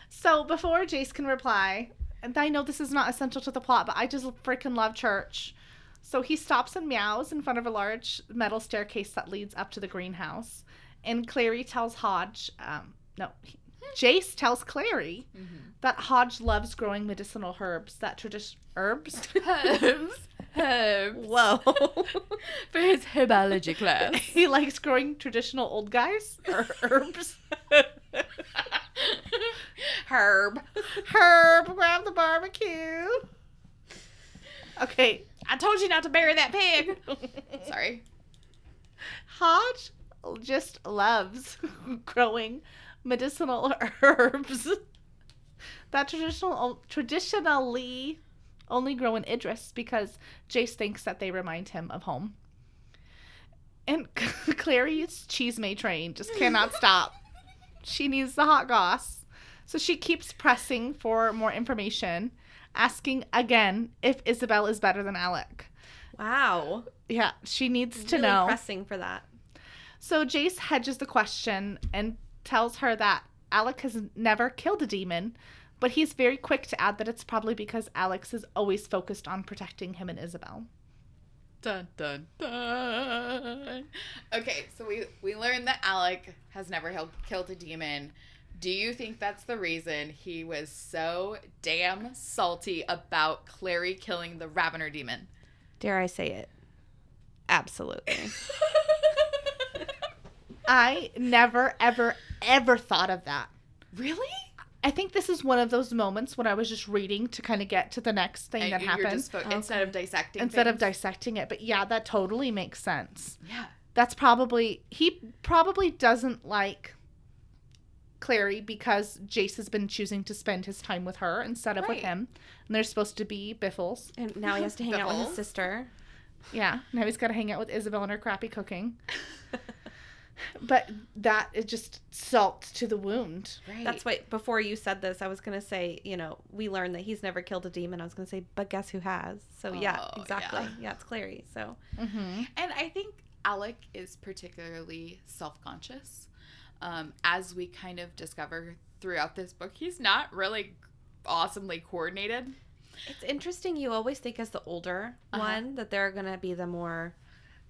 so before jace can reply and i know this is not essential to the plot but i just freaking love church so he stops and meows in front of a large metal staircase that leads up to the greenhouse and clary tells hodge um, no he- jace tells clary that hodge loves growing medicinal herbs that tradition herbs [LAUGHS]
Herbs. [LAUGHS] Herbs.
Whoa.
For his herbology class.
he likes growing traditional old [LAUGHS] guys or herbs
[LAUGHS] Herb.
herb grab the barbecue okay
I told you not to bury that pig. Sorry.
Hodge just loves [LAUGHS] growing medicinal [LAUGHS] herbs that traditional traditionally only grow in Idris because Jace thinks that they remind him of home. And [LAUGHS] Clary's cheese may train just cannot stop. she needs the hot goss. So she keeps pressing for more information, asking again if Isabel is better than Alec.
Wow.
Yeah, she needs to
really
know.
pressing for that.
So Jace hedges the question and tells her that Alec has never killed a demon, but he's very quick to add that it's probably because Alex is always focused on protecting him and Isabel.
Dun dun dun. Okay, so we we learned that Alec has never held, killed a demon. Do you think that's the reason he was so damn salty about Clary killing the Ravener [LAUGHS] demon?
Dare I say it? Absolutely.
I never, ever, ever thought of that.
really?
I think this is one of those moments when I was just reading to kind of get to the next thing
And
that
you- you're
happened
just fo- instead of dissecting.
instead of
things?
dissecting it. But yeah, that totally makes sense.
Yeah.
that's probably he probably doesn't like Clary because Jace has been choosing to spend his time with her instead of with
Right.
him. And they're supposed to be biffles.
and now he has to hang out with
Biffles.
his sister.
Yeah. Now he's got to hang out with Isabel and her crappy [LAUGHS] cooking. But that is just salt to the wound.
Right.
That's why before you said this, I was gonna say, you know, we learned that he's never killed a demon. I was gonna say, but guess who has? So yeah,
Oh, yeah.
exactly. Yeah. it's Clary. So
Mm-hmm.
And I think Alec is particularly self conscious. Um, as we kind of discover throughout this book, he's not really awesomely coordinated.
it's interesting. You always think as the older
Uh-huh.
one that they're gonna be the more,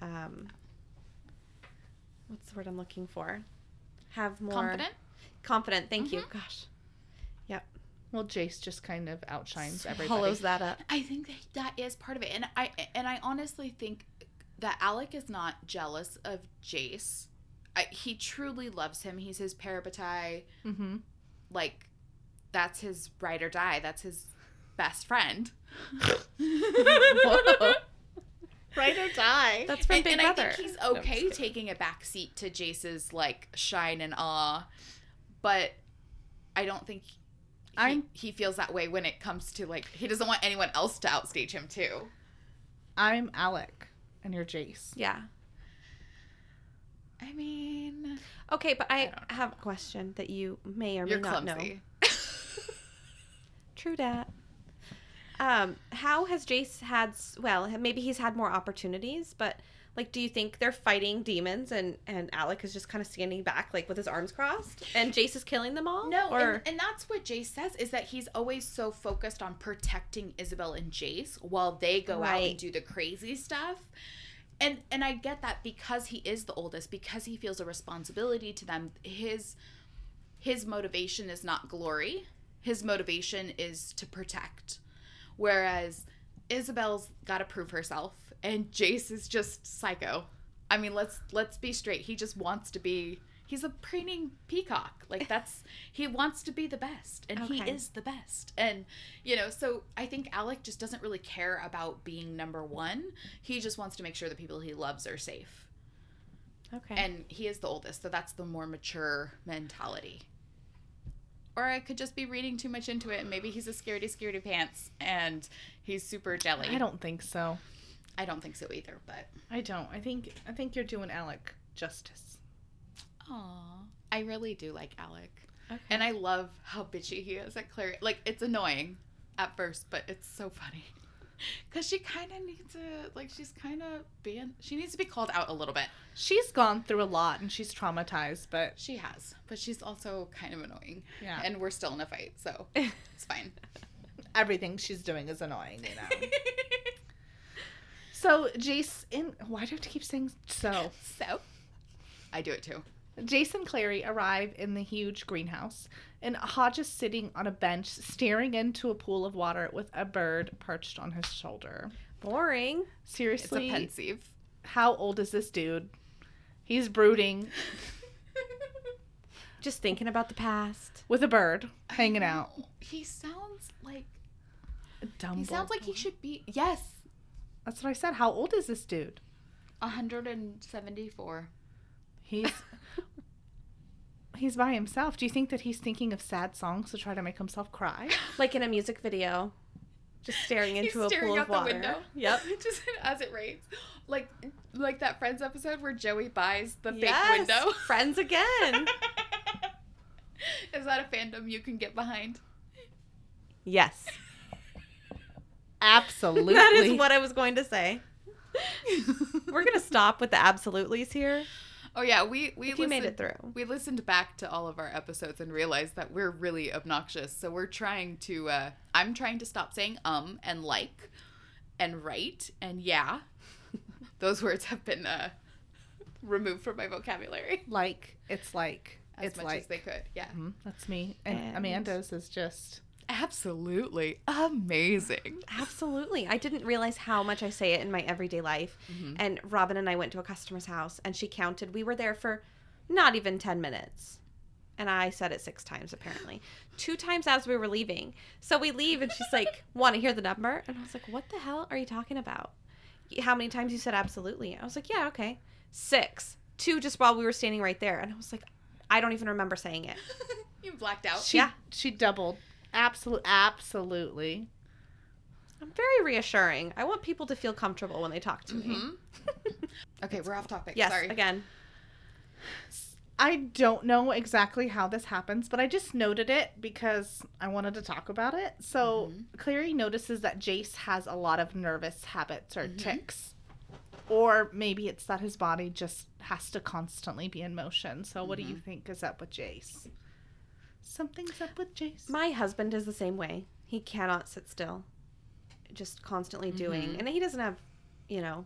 um, what's the word I'm looking for? Have more
Confident?
Confident. Thank you. Gosh,
Well, Jace just kind of outshines everybody.
hollows that up.
I think that, that is part of it. And I and I honestly think that Alec is not jealous of Jace. I, he truly loves him. He's his parabatai.
Mm-hmm.
Like, that's his ride or die. That's his best
[LAUGHS]
friend.
Right or die.
That's from
and,
Big
and
Brother.
I think he's
No, I'm just
okay
kidding.
taking a back seat to Jace's like shine and awe, but I don't think he,
I'm-
he feels that way when it comes to like he doesn't want anyone else to outstage him too.
I'm Alec and you're Jace.
Yeah.
I mean,
Okay, but
I
I,
don't
have a question that you may or
you're
may not know.
clumsy.
True dat. Um, how has Jace had? s- Well, maybe he's had more opportunities, but like, do you think they're fighting demons and and Alec is just kind of standing back, like with his arms crossed, and Jace is killing them all?
No,
or
and, and that's what Jace says is that he's always so focused on protecting Isabel and Jace while they go out
Right.
and do the crazy stuff. And and I get that because he is the oldest, because he feels a responsibility to them, his his motivation is not glory. His motivation is to protect. Whereas Isabel's got to prove herself, and Jace is just psycho. I mean, let's let's be straight. He just wants to be. He's a preening peacock. Like that's he wants to be the best, and he
Okay.
is the best. And you know, so I think Alec just doesn't really care about being number one. He just wants to make sure the people he loves are safe.
Okay.
And he is the oldest, so that's the more mature mentality. Or I could just be reading too much into it, and maybe he's a scaredy scaredy pants, and he's super jelly.
I don't think so.
I don't think so either, but.
I don't. I think I think you're doing Alec justice.
Aw. I really do like Alec. And I love how bitchy he is at Clary. Like, it's annoying at first, but it's so funny. [LAUGHS] Because she kind of needs to, like, she's kind of being, she needs to be called out a little bit.
She's gone through a lot and she's traumatized, but
She has, but she's also kind of annoying.
yeah,
And we're still in a fight,
[LAUGHS]
so it's fine.
everything she's doing is annoying, you
[LAUGHS]
know. so Jace in why do I keep saying so?
so, I do it too.
Jason Clary arrive in the huge greenhouse, and Hodges sitting on a bench staring into a pool of water with a bird perched on his shoulder.
Boring.
It's
Seriously,
a pensive.
[LAUGHS]
how old is this dude? He's brooding
Just thinking about the past.
with a bird hanging out.
He sounds like,
Dumb.
he sounds like he should be, yes,
That's what I said. How old is this dude?
174.
He's he's by himself. Do you think that he's thinking of sad songs to try to make himself cry?
Like in a music video. Just staring into a pool of water. Yep.
[LAUGHS] Just as it rains. Like like that Friends episode where Joey buys the
Yes,
fake window. [LAUGHS]
Friends again.
Is that a fandom you can get behind?
yes.
[LAUGHS]
[LAUGHS]
Absolutely.
That is what I was going to say. [LAUGHS] We're going to stop with the absolutelys here.
Oh yeah, we we
If you
listened,
made it through.
we listened back to all of our episodes and realized that we're really obnoxious. So we're trying to uh I'm trying to stop saying um and like and right and yeah. [LAUGHS] Those words have been uh removed from my vocabulary
like it's like
as
it's
much
like
as they could. Yeah.
Mhm, that's me. And,
And-
Amanda's is just
Absolutely amazing.
Absolutely. I didn't realize how much I say it in my everyday life. And Robin and I went to a customer's house and she counted. We were there for not even 10 minutes. And I said it six times apparently. Two times as we were leaving. So we leave and she's like, "Want to hear the number?" And I was like, "What the hell are you talking about? How many times you said absolutely?" I was like, "Yeah, okay. Six. Two just while we were standing right there." And I was like, "I don't even remember saying it."
you blacked out.
she
yeah.
she doubled. Absolute absolutely.
I'm very reassuring. I want people to feel comfortable when they talk to me.
Mhm. okay, we're off topic.
Yes,
Sorry.
again.
I don't know exactly how this happens, but I just noted it because I wanted to talk about it. So
Mm-hmm.
Clary notices that Jace has a lot of nervous habits or
Mm-hmm.
tics. Or maybe it's that his body just has to constantly be in motion. So what do you
Mm-hmm.
think is up with Jace? Something's up with Jace.
My husband is the same way. He cannot sit still. Just constantly doing.
Mhm.
And he doesn't have, you know,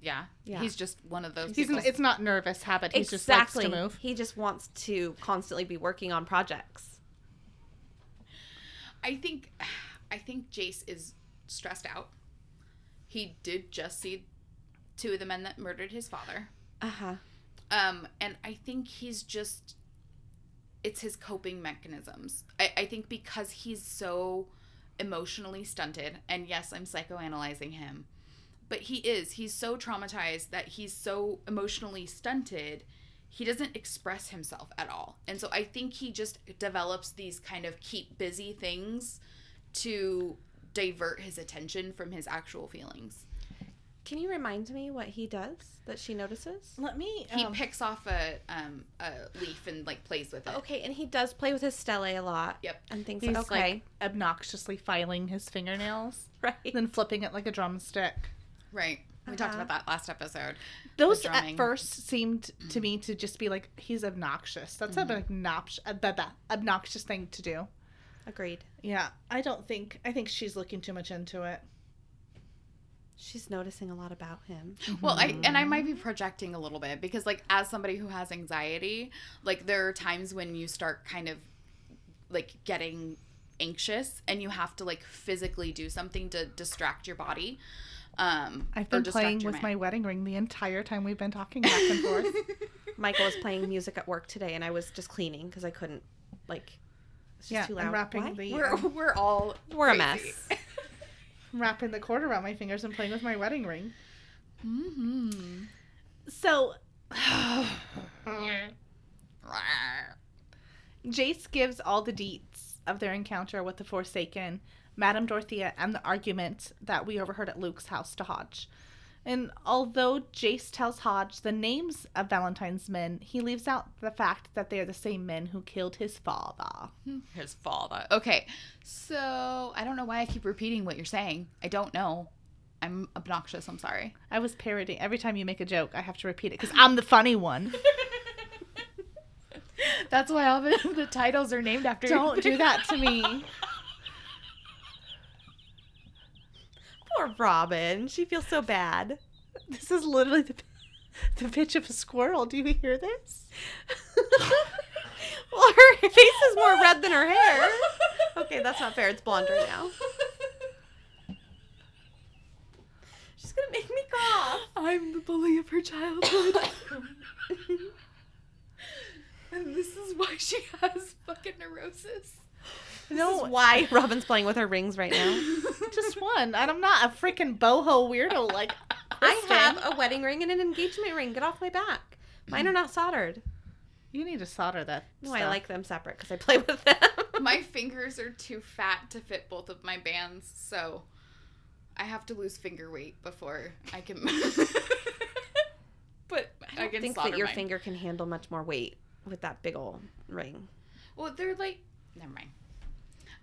Yeah.
Yeah.
He's just one of those
He's
people.
n it's not nervous habit. He's
exactly.
just likes to move.
He just wants to constantly be working on projects.
I think I think Jace is stressed out. He did just see two of the men that murdered his father.
Uh-huh.
Um, and I think he's just it's his coping mechanisms. I, I think because he's so emotionally stunted, and yes, I'm psychoanalyzing him, but he is. He's so traumatized that he's so emotionally stunted, he doesn't express himself at all. And so I think he just develops these kind of keep busy things to divert his attention from his actual feelings.
Can you remind me what he does that she notices?
Let me
He
um,
picks off a um, a leaf and like plays with it.
Okay, and he does play with his stele a lot.
Yep.
And things
He's
like okay.
like obnoxiously filing his fingernails,
[LAUGHS] right.
then flipping it like a drumstick.
Right. We talked
Uh-huh.
about that last episode.
Those
the
at
drumming.
first seemed to me to just be like he's obnoxious. That's an obnoxious, uh, obnoxious thing to do.
Agreed.
Yeah, I don't think. I think she's looking too much into it.
She's noticing a lot about him.
Well, I and I might be projecting a little bit because like as somebody who has anxiety, like there are times when you start kind of like getting anxious and you have to like physically do something to distract your body. Um,
I've
or
been
distract
playing
your
with my
mind.
wedding ring the entire time we've been talking back and [LAUGHS] forth.
Michael was playing music at work today, and I was just cleaning because I couldn't, like, it's just
yeah,
too
I'm
loud.
wrapping
Why?
the [LAUGHS]
We're
um,
we're all
We're a
crazy.
mess.
wrapping the cord around my fingers and playing with my wedding ring.
Mhm.
So Jace gives all the deets of their encounter with the Forsaken, Madame Dorothea, and the argument that we overheard at Luke's house to Hodge. And although Jace tells Hodge the names of Valentine's men, he leaves out the fact that they are the same men who killed his father.
His father. Okay, so I don't know why I keep repeating what you're saying. I don't know. I'm obnoxious. I'm sorry.
I was parodying. Every time you make a joke, I have to repeat it because I'm the
[LAUGHS]
funny one.
That's why all the, [LAUGHS] the titles are named after.
Don't do that to me. [LAUGHS]
Poor Robin. She feels so [LAUGHS] bad.
This is literally the, the pitch of a squirrel. Do you hear this?
Well, her face is more red than her [LAUGHS] hair. Okay, that's not fair. It's blonde right now. She's gonna make me cough.
[LAUGHS] I'm the bully of her childhood. and this is why she has fucking neurosis.
No, this is why Robin's playing with her rings right now.
[LAUGHS]
Just one. And I'm not a freaking boho weirdo like
[LAUGHS] I
Kristen.
have a wedding ring and an engagement ring. Get off my back. Mine are not soldered.
You need to solder that.
No, I
stuff.
like them separate because I play with [LAUGHS] them.
my fingers are too fat to fit both of my bands, so I have to lose finger weight before I can. [LAUGHS] but I,
I
can
think
solder
that your
mine.
finger can handle much more weight with that big old ring.
Well, they're like. Never mind.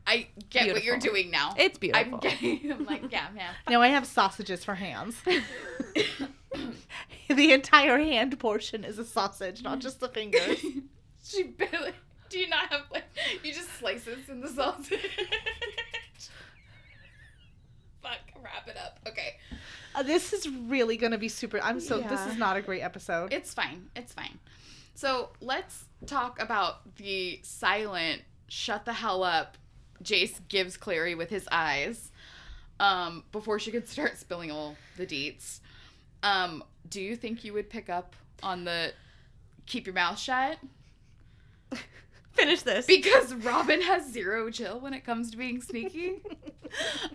I get what you're
Beautiful.
doing now.
It's beautiful.
I'm getting. I'm like, yeah, man.
No, I have sausages for hands. [LAUGHS]
[LAUGHS]
the entire hand portion is a sausage, not just the fingers.
[LAUGHS] she barely. Do you not have like? You just slices in the sausage. [LAUGHS] Fuck. Wrap it up. Okay.
[LAUGHS] Uh, this is really going to be super. I'm so. This
Yeah.
is not a great episode.
It's fine. It's fine. So let's talk about the silent shut the hell up Jace gives Clary with his eyes um, before she could start spilling all the deets. Um, do you think you would pick up on the keep your mouth shut?
[LAUGHS] Finish this.
Because Robin has zero chill when it comes to being sneaky.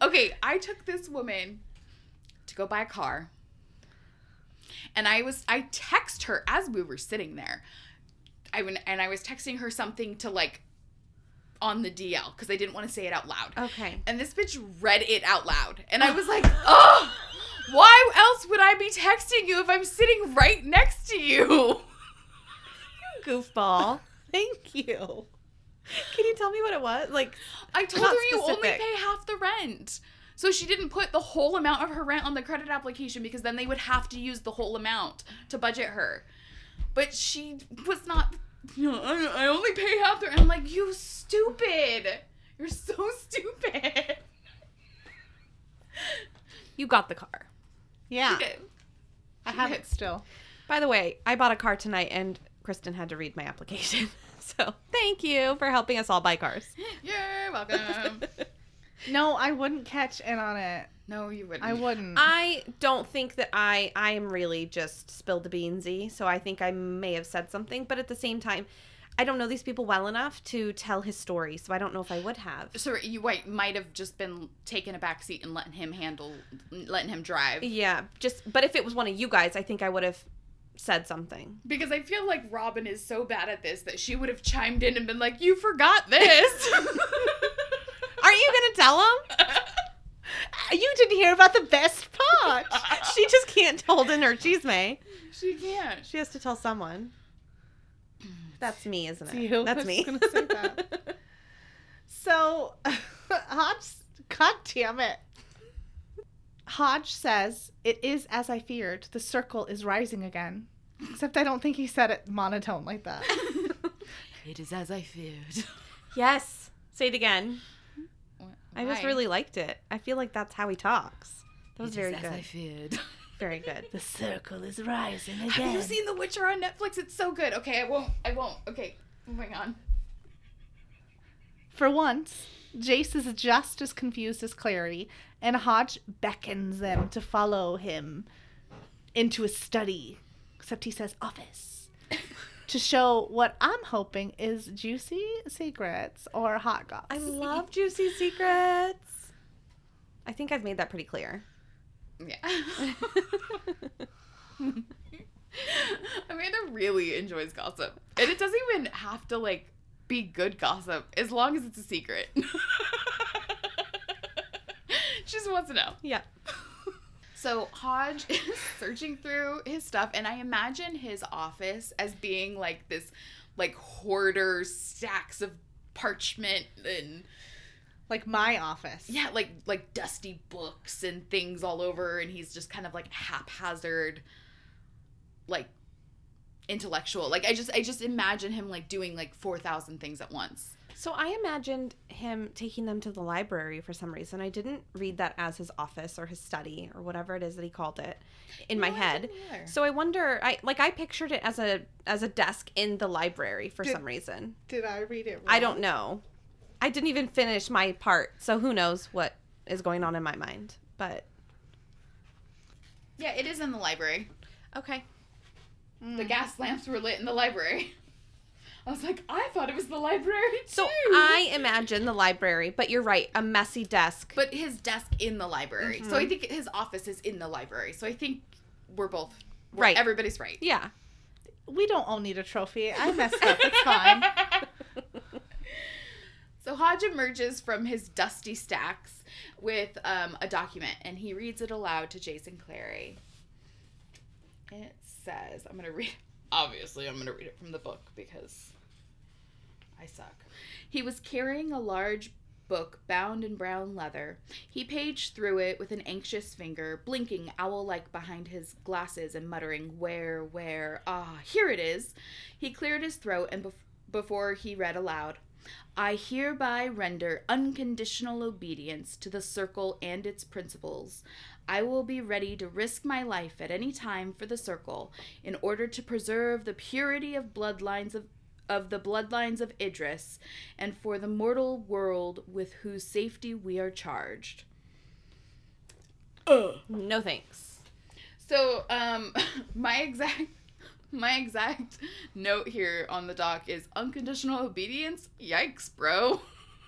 okay, I took this woman to go buy a car. And I was I text her as we were sitting there. I went, and I was texting her something to like on the DL because I didn't want to say it out loud.
okay.
And this bitch read it out loud. And I was like, oh, why else would I be texting you if I'm sitting right next to you?
[LAUGHS] Goofball.
Thank you.
Can you tell me what it was? Like,
I told
Not
her you only
specific.
pay half the rent. So she didn't put the whole amount of her rent on the credit application because then they would have to use the whole amount to budget her. But she was not. No, I I only pay half the. rent." I'm like, you stupid. You're so [LAUGHS] stupid.
you got the car. Ah.
Yeah, I have it still.
By the way, I bought a car tonight and Kristen had to read my application. [LAUGHS] So thank you for helping us all buy cars.
[LAUGHS]
[LAUGHS]
You're welcome.
No, I wouldn't catch in on it.
no, you wouldn't.
[LAUGHS] I wouldn't.
I don't think that I I am really just spilled the beansy, so I think I may have said something, but at the same time, I don't know these people well enough to tell his story, so I don't know if I would have.
So you might might have just been taking a back seat and letting him handle, letting him drive.
Yeah, just but if it was one of you guys, I think I would have said something.
Because I feel like Robin is so bad at this that she would have chimed in and been like, You
[LAUGHS]
forgot this. [LAUGHS]
Aren't you going to tell him?
you didn't hear about the best [LAUGHS] part.
She just can't hold in her cheese may.
she can't.
She has to tell someone. That's me, isn't it?
It's you. I
That's
was
me.
gonna
[LAUGHS]
say [LAUGHS] that. So, [LAUGHS] Hodge, God damn it. Hodge says, It is as I feared. The circle is rising again. Except I don't think he said it monotone like that.
It is as I feared.
yes. Say it again. I just really liked it. I feel like that's how he talks. That was very good.
feared.
[LAUGHS] Very good.
[LAUGHS]
The circle is rising
Have you seen The Witcher on Netflix? It's so good. Okay, I won't. I won't. Okay, moving on.
For once, Jace is just as confused as Clary, and Hodge beckons them to follow him into his study, except he says office, to show what I'm hoping is juicy secrets or hot goss.
I love juicy secrets. I think I've made that pretty
[LAUGHS]
clear.
Yeah. [LAUGHS] Amanda really enjoys gossip. And it doesn't even have to like be good gossip as long as it's a secret. [LAUGHS] she just wants to know.
yeah.
So Hodge [LAUGHS] is searching through his stuff and I imagine his office as being like this like hoarder stacks of parchment and
Like my office.
yeah, like like dusty books and things all over, and he's just kind of like haphazard, like intellectual. Like I just I just imagine him like doing like four thousand things at once.
So I imagined him taking them to the library for some reason. I didn't read that as his office or his study or whatever it is that he called it in my head. So I wonder I like I pictured it as a as a desk in the library for
Did-
some reason.
Did I read it?
I don't know. I didn't even finish my part, so who knows what is going on in my mind. But
yeah, it is in the library.
okay.
Mm.
The gas lamps were lit in the library. [LAUGHS] I was like, I thought it was the library too.
So I imagine the library, but you're right, a messy desk.
but his desk in the library. So I think his office is in the library. So I think we're both we're-
Right.
Everybody's right.
yeah.
We don't all need a trophy. I [LAUGHS] messed up. It's fine.
[LAUGHS] So Hodge emerges from his dusty stacks with um, a document and he reads it aloud to Jason Clary. It says, I'm going to read, obviously, I'm going to read it from the book because I suck. He was carrying a large book bound in brown leather. He paged through it with an anxious finger, blinking owl like behind his glasses and muttering, Where, where, ah, here it is. He cleared his throat and bef- before he read aloud, I hereby render unconditional obedience to the circle and its principles. I will be ready to risk my life at any time for the circle in order to preserve the purity of bloodlines of of the bloodlines of Idris and for the mortal world with whose safety we are charged.
No thanks.
So, um, [LAUGHS] my exact my exact note here on the doc is unconditional obedience. Yikes, bro.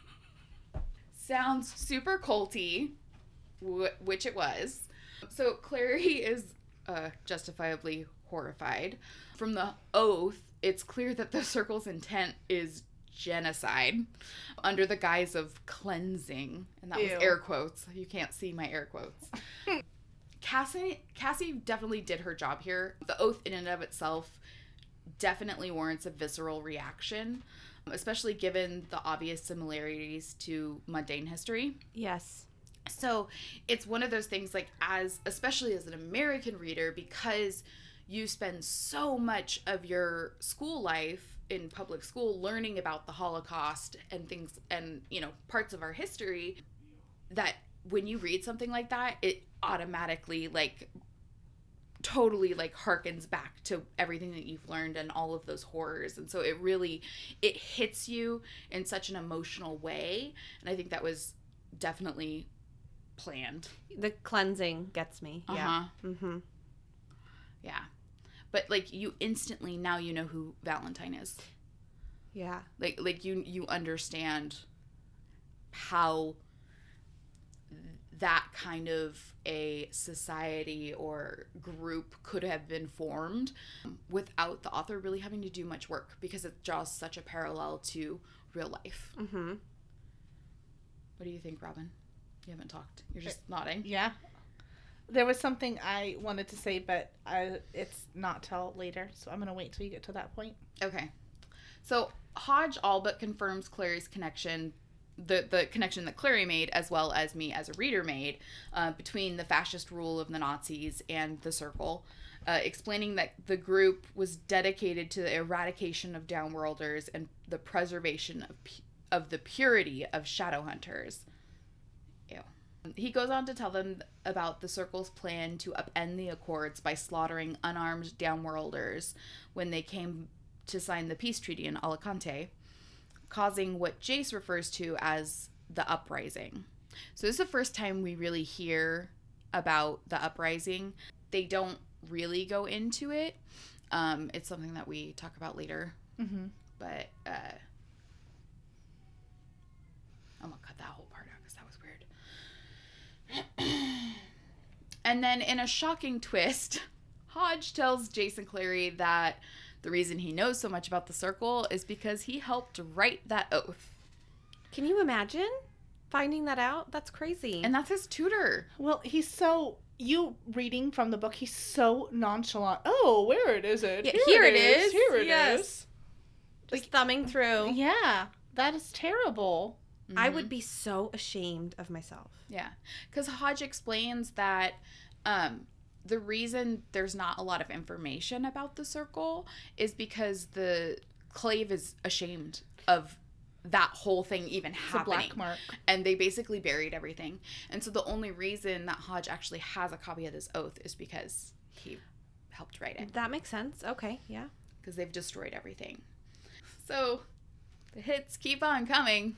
[LAUGHS] Sounds super culty, wh- which it was. So Clary [LAUGHS] is uh, justifiably horrified. From the oath, it's clear that the circle's intent is genocide under the guise of cleansing, and that
Ew.
was air quotes. You can't see my air quotes. Cassie Cassie definitely did her job here. The oath in and of itself definitely warrants a visceral reaction, um, especially given the obvious similarities to mundane history.
Yes.
So it's one of those things, like, as especially as an American reader, because you spend so much of your school life in public school learning about the Holocaust and things and, you know, parts of our history that when you read something like that, it automatically, like, totally like harkens back to everything that you've learned and all of those horrors and so it really it hits you in such an emotional way and i think that was definitely planned.
The cleansing gets me. Yeah.
Uh-huh.
Yeah.
Mm-hmm.
Yeah. But like you instantly now you know who Valentine is.
Yeah.
Like like you you understand how that kind of a society or group could have been formed without the author really having to do much work because it draws such a parallel to real life.
Mm-hmm.
What do you think, Robin? You haven't talked. You're just nodding.
Yeah. There was something I wanted to say, but I, it's not till later, so I'm gonna wait till you get to that point.
Okay. So Hodge all but confirms Clary's connection, the, the connection that Clary made, as well as me as a reader made, uh, between the fascist rule of the Nazis and the Circle, uh, explaining that the group was dedicated to the eradication of downworlders and the preservation of, pu- of the purity of shadow hunters. Ew. He goes on to tell them about the Circle's plan to upend the Accords by slaughtering unarmed downworlders when they came to sign the peace treaty in Alicante, causing what Jace refers to as the uprising. So this is the first time we really hear about the uprising. They don't really go into it. Um, it's something that we talk about later,
Mm-hmm.
but uh, I'm gonna cut that whole part out because that was weird. and then, in a shocking twist, [LAUGHS] Hodge tells Jason Clary that the reason he knows so much about the circle is because he helped write that oath,
Can you imagine finding that out? That's crazy.
Mm.
and that's his tutor.
Well, he's so you reading from the book. He's so nonchalant. Oh, where it is it?
Yeah, here it is.
Here it is.
Yes. just thumbing through.
Yeah, that is terrible.
I
Mhm.
would be so ashamed of myself.
Yeah. Because Hodge explains that um, the reason there's not a lot of information about the circle is because the Clave is ashamed of that whole thing even
It's a
happening.
black mark.
and they basically buried everything. And so the only reason that Hodge actually has a copy of this oath is because he helped write it,
That makes sense. Okay, yeah.
because they've destroyed everything. So the hits keep on coming.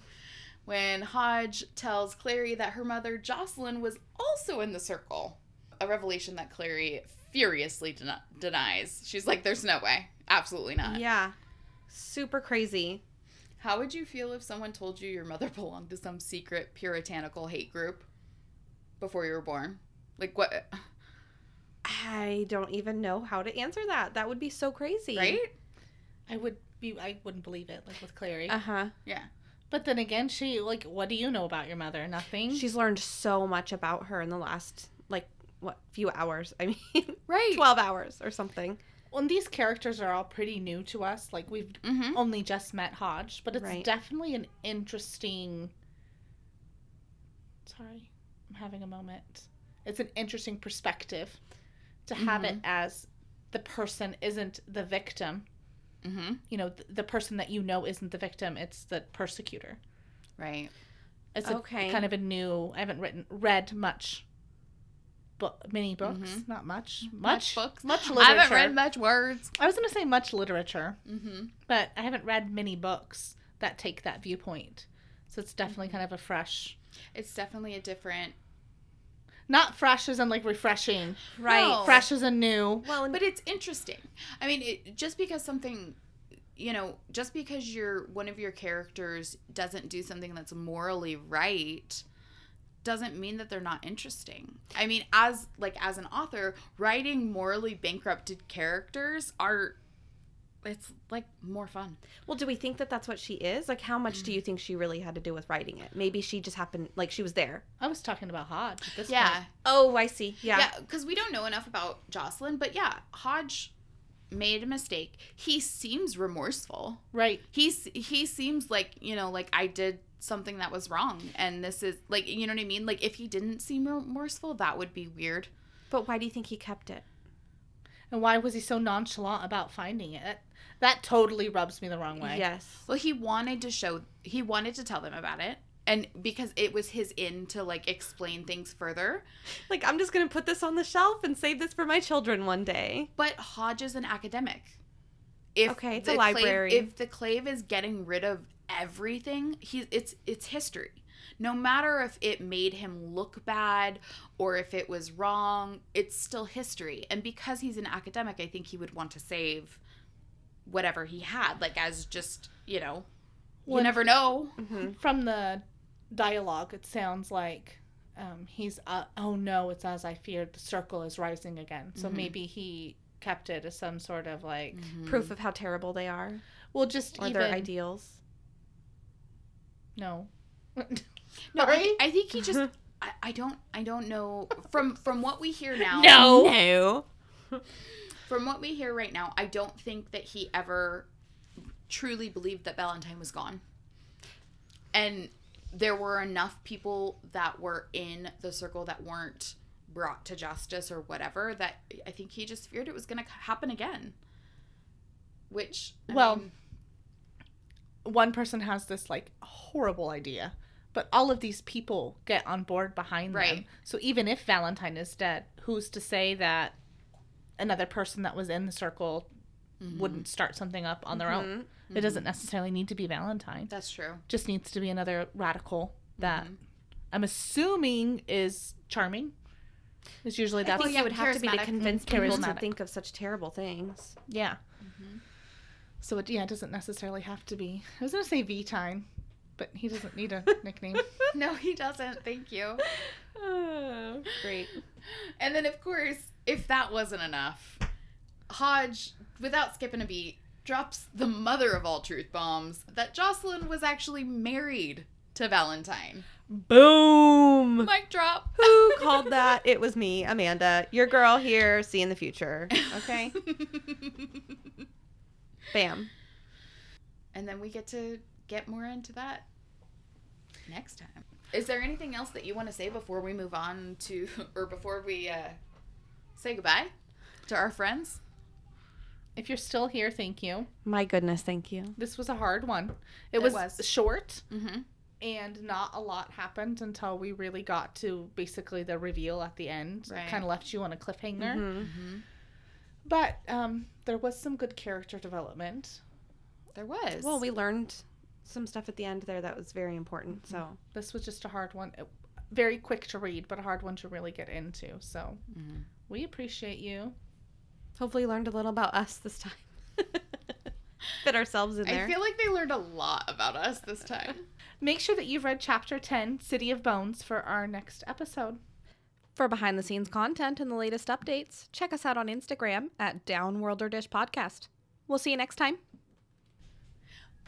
When Hodge tells Clary that her mother Jocelyn was also in the circle, a revelation that Clary furiously den- denies. She's like, "There's no way, absolutely not."
Yeah. Super crazy.
How would you feel if someone told you your mother [LAUGHS] belonged to some secret puritanical hate group before you were born? Like what?
I don't even know how to answer that. That would be so crazy.
Right?
I would be. I wouldn't believe it. Like with Clary.
Uh huh.
but then again, she like. What do you know about your mother? Nothing.
She's learned so much about her in the last, like, what, few hours? I mean, [LAUGHS]
Right.
12 hours or something.
Well, and these characters are all pretty new to us. Like we've
mm-hmm.
only just met Hodge, but it's
Right.
definitely an interesting. Sorry, I'm having a moment. It's an interesting perspective to have it as the person isn't the victim.
Mm-hmm.
You know, th- the person that you know isn't the victim. It's the persecutor.
Right.
It's a,
Okay.
kind of a new. I haven't written read much. But many books,
Mhm.
not much,
Much
much,
books. [LAUGHS]
much
I
literature.
haven't read much words.
I was gonna say much literature,
Mm-hmm.
but I haven't read many books that take that viewpoint. So it's definitely
Mm-hmm.
kind of a fresh,
It's definitely a different.
not fresh as in like refreshing,
Right.
No.
fresh as in new.
Well, and
But it's interesting. I mean, it, just because something, you know, just because your one of your characters doesn't do something that's morally right, doesn't mean that they're not interesting. I mean, as like as an author, writing morally bankrupted characters are, it's like more fun.
well, do we think that that's what she is? Like, how much do you think she really had to do with writing it? Maybe she just happened, like, she was there.
I was talking about Hodge at this point.
Oh, I see. Yeah.
Yeah, because we don't know enough about Jocelyn, but yeah, Hodge made a mistake. He seems remorseful.
Right.
He's he seems like you know, like I did something that was wrong, and this is like you know what I mean. Like if he didn't seem remorseful, that would be weird.
But why do you think he kept it?
And why was he so nonchalant about finding it? That, that totally rubs me the wrong way.
Yes.
Well, he wanted to show, he wanted to tell them about it. And because it was his in to like explain things further,
Like, I'm just going to put this on the shelf and save this for my children one day.
but Hodge is an academic. If
Okay, it's
the
a
clave-
library.
if the clave is getting rid of everything, he it's it's history. No matter if it made him look bad or if it was wrong, it's still history. And because he's an academic, I think he would want to save whatever he had, like as just you know, you
Well,
never know.
Mm-hmm.
From the dialogue, it sounds like um, he's, uh, oh no, it's as I feared, the circle is rising again. So
Mm-hmm.
Mhm.
maybe he kept it as some sort of like,
Proof of how terrible they are
well, just
Mm-hmm. or
even,
their ideals.
no.
No, I,
Sorry?
I think
[LAUGHS]
he just. I, I don't. I don't know. From from what
[LAUGHS]
we hear now.
No.
from what we hear right now, I don't think that he ever truly believed that Valentine was gone. And there were enough people that were in the circle that weren't brought to justice or whatever that I think he just feared it was going to happen again. Which, I
Well,
mean,
one person has this like horrible idea, but all of these people get on board behind them.
Right.
So even if Valentine is dead, who's to say that another person that was in the circle
Mm-hmm.
mhm.
wouldn't start something up on their own? It doesn't necessarily need to be Valentine.
That's true.
Just needs to be another radical that
Mm-hmm.
I'm assuming is charming. It's usually that's
think
yeah,
it would have to be to
charismatic.
convince people to
Charismatic.
think of such terrible things.
yeah.
Mm-hmm.
So it yeah it doesn't necessarily have to be. I was gonna say V time, but he doesn't
[LAUGHS]
need a nickname.
No, he doesn't. Thank you.
Oh, great.
And then, of course, if that wasn't enough, Hodge, without skipping a beat, drops the mother of all truth bombs that Jocelyn was actually married to Valentine.
Boom.
Mic drop.
Who called that? It was me, Amanda. Your girl here, seeing the future. [LAUGHS] Okay. Bam.
[LAUGHS] and then we get to get more into that next time. Is there anything else that you want to say before we move on to, or before we uh, say goodbye to our friends?
if you're still here, thank you.
My goodness, thank you.
This was a hard one. It,
It
was,
was.
short
Mm-hmm.
and not a lot happened until we really got to basically the reveal at the end.
Right. Mm-hmm.
It kind of left you on a cliffhanger.
Mhm.
But um, there was some good character development.
There was.
Well, we learned some stuff at the end there that was very important. So
This was just a hard one, uh, very quick to read, but a hard one to really get into. So
Mhm.
we appreciate you.
hopefully, you learned a little about us this time. [LAUGHS] Fit ourselves in there.
I feel like they learned a lot about us this time.
Make sure that you've read Chapter 10, City of Bones, for our next episode.
For behind the scenes content and the latest updates, check us out on Instagram at Downworlder Dish Podcast. We'll see you next time.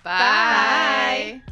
Bye.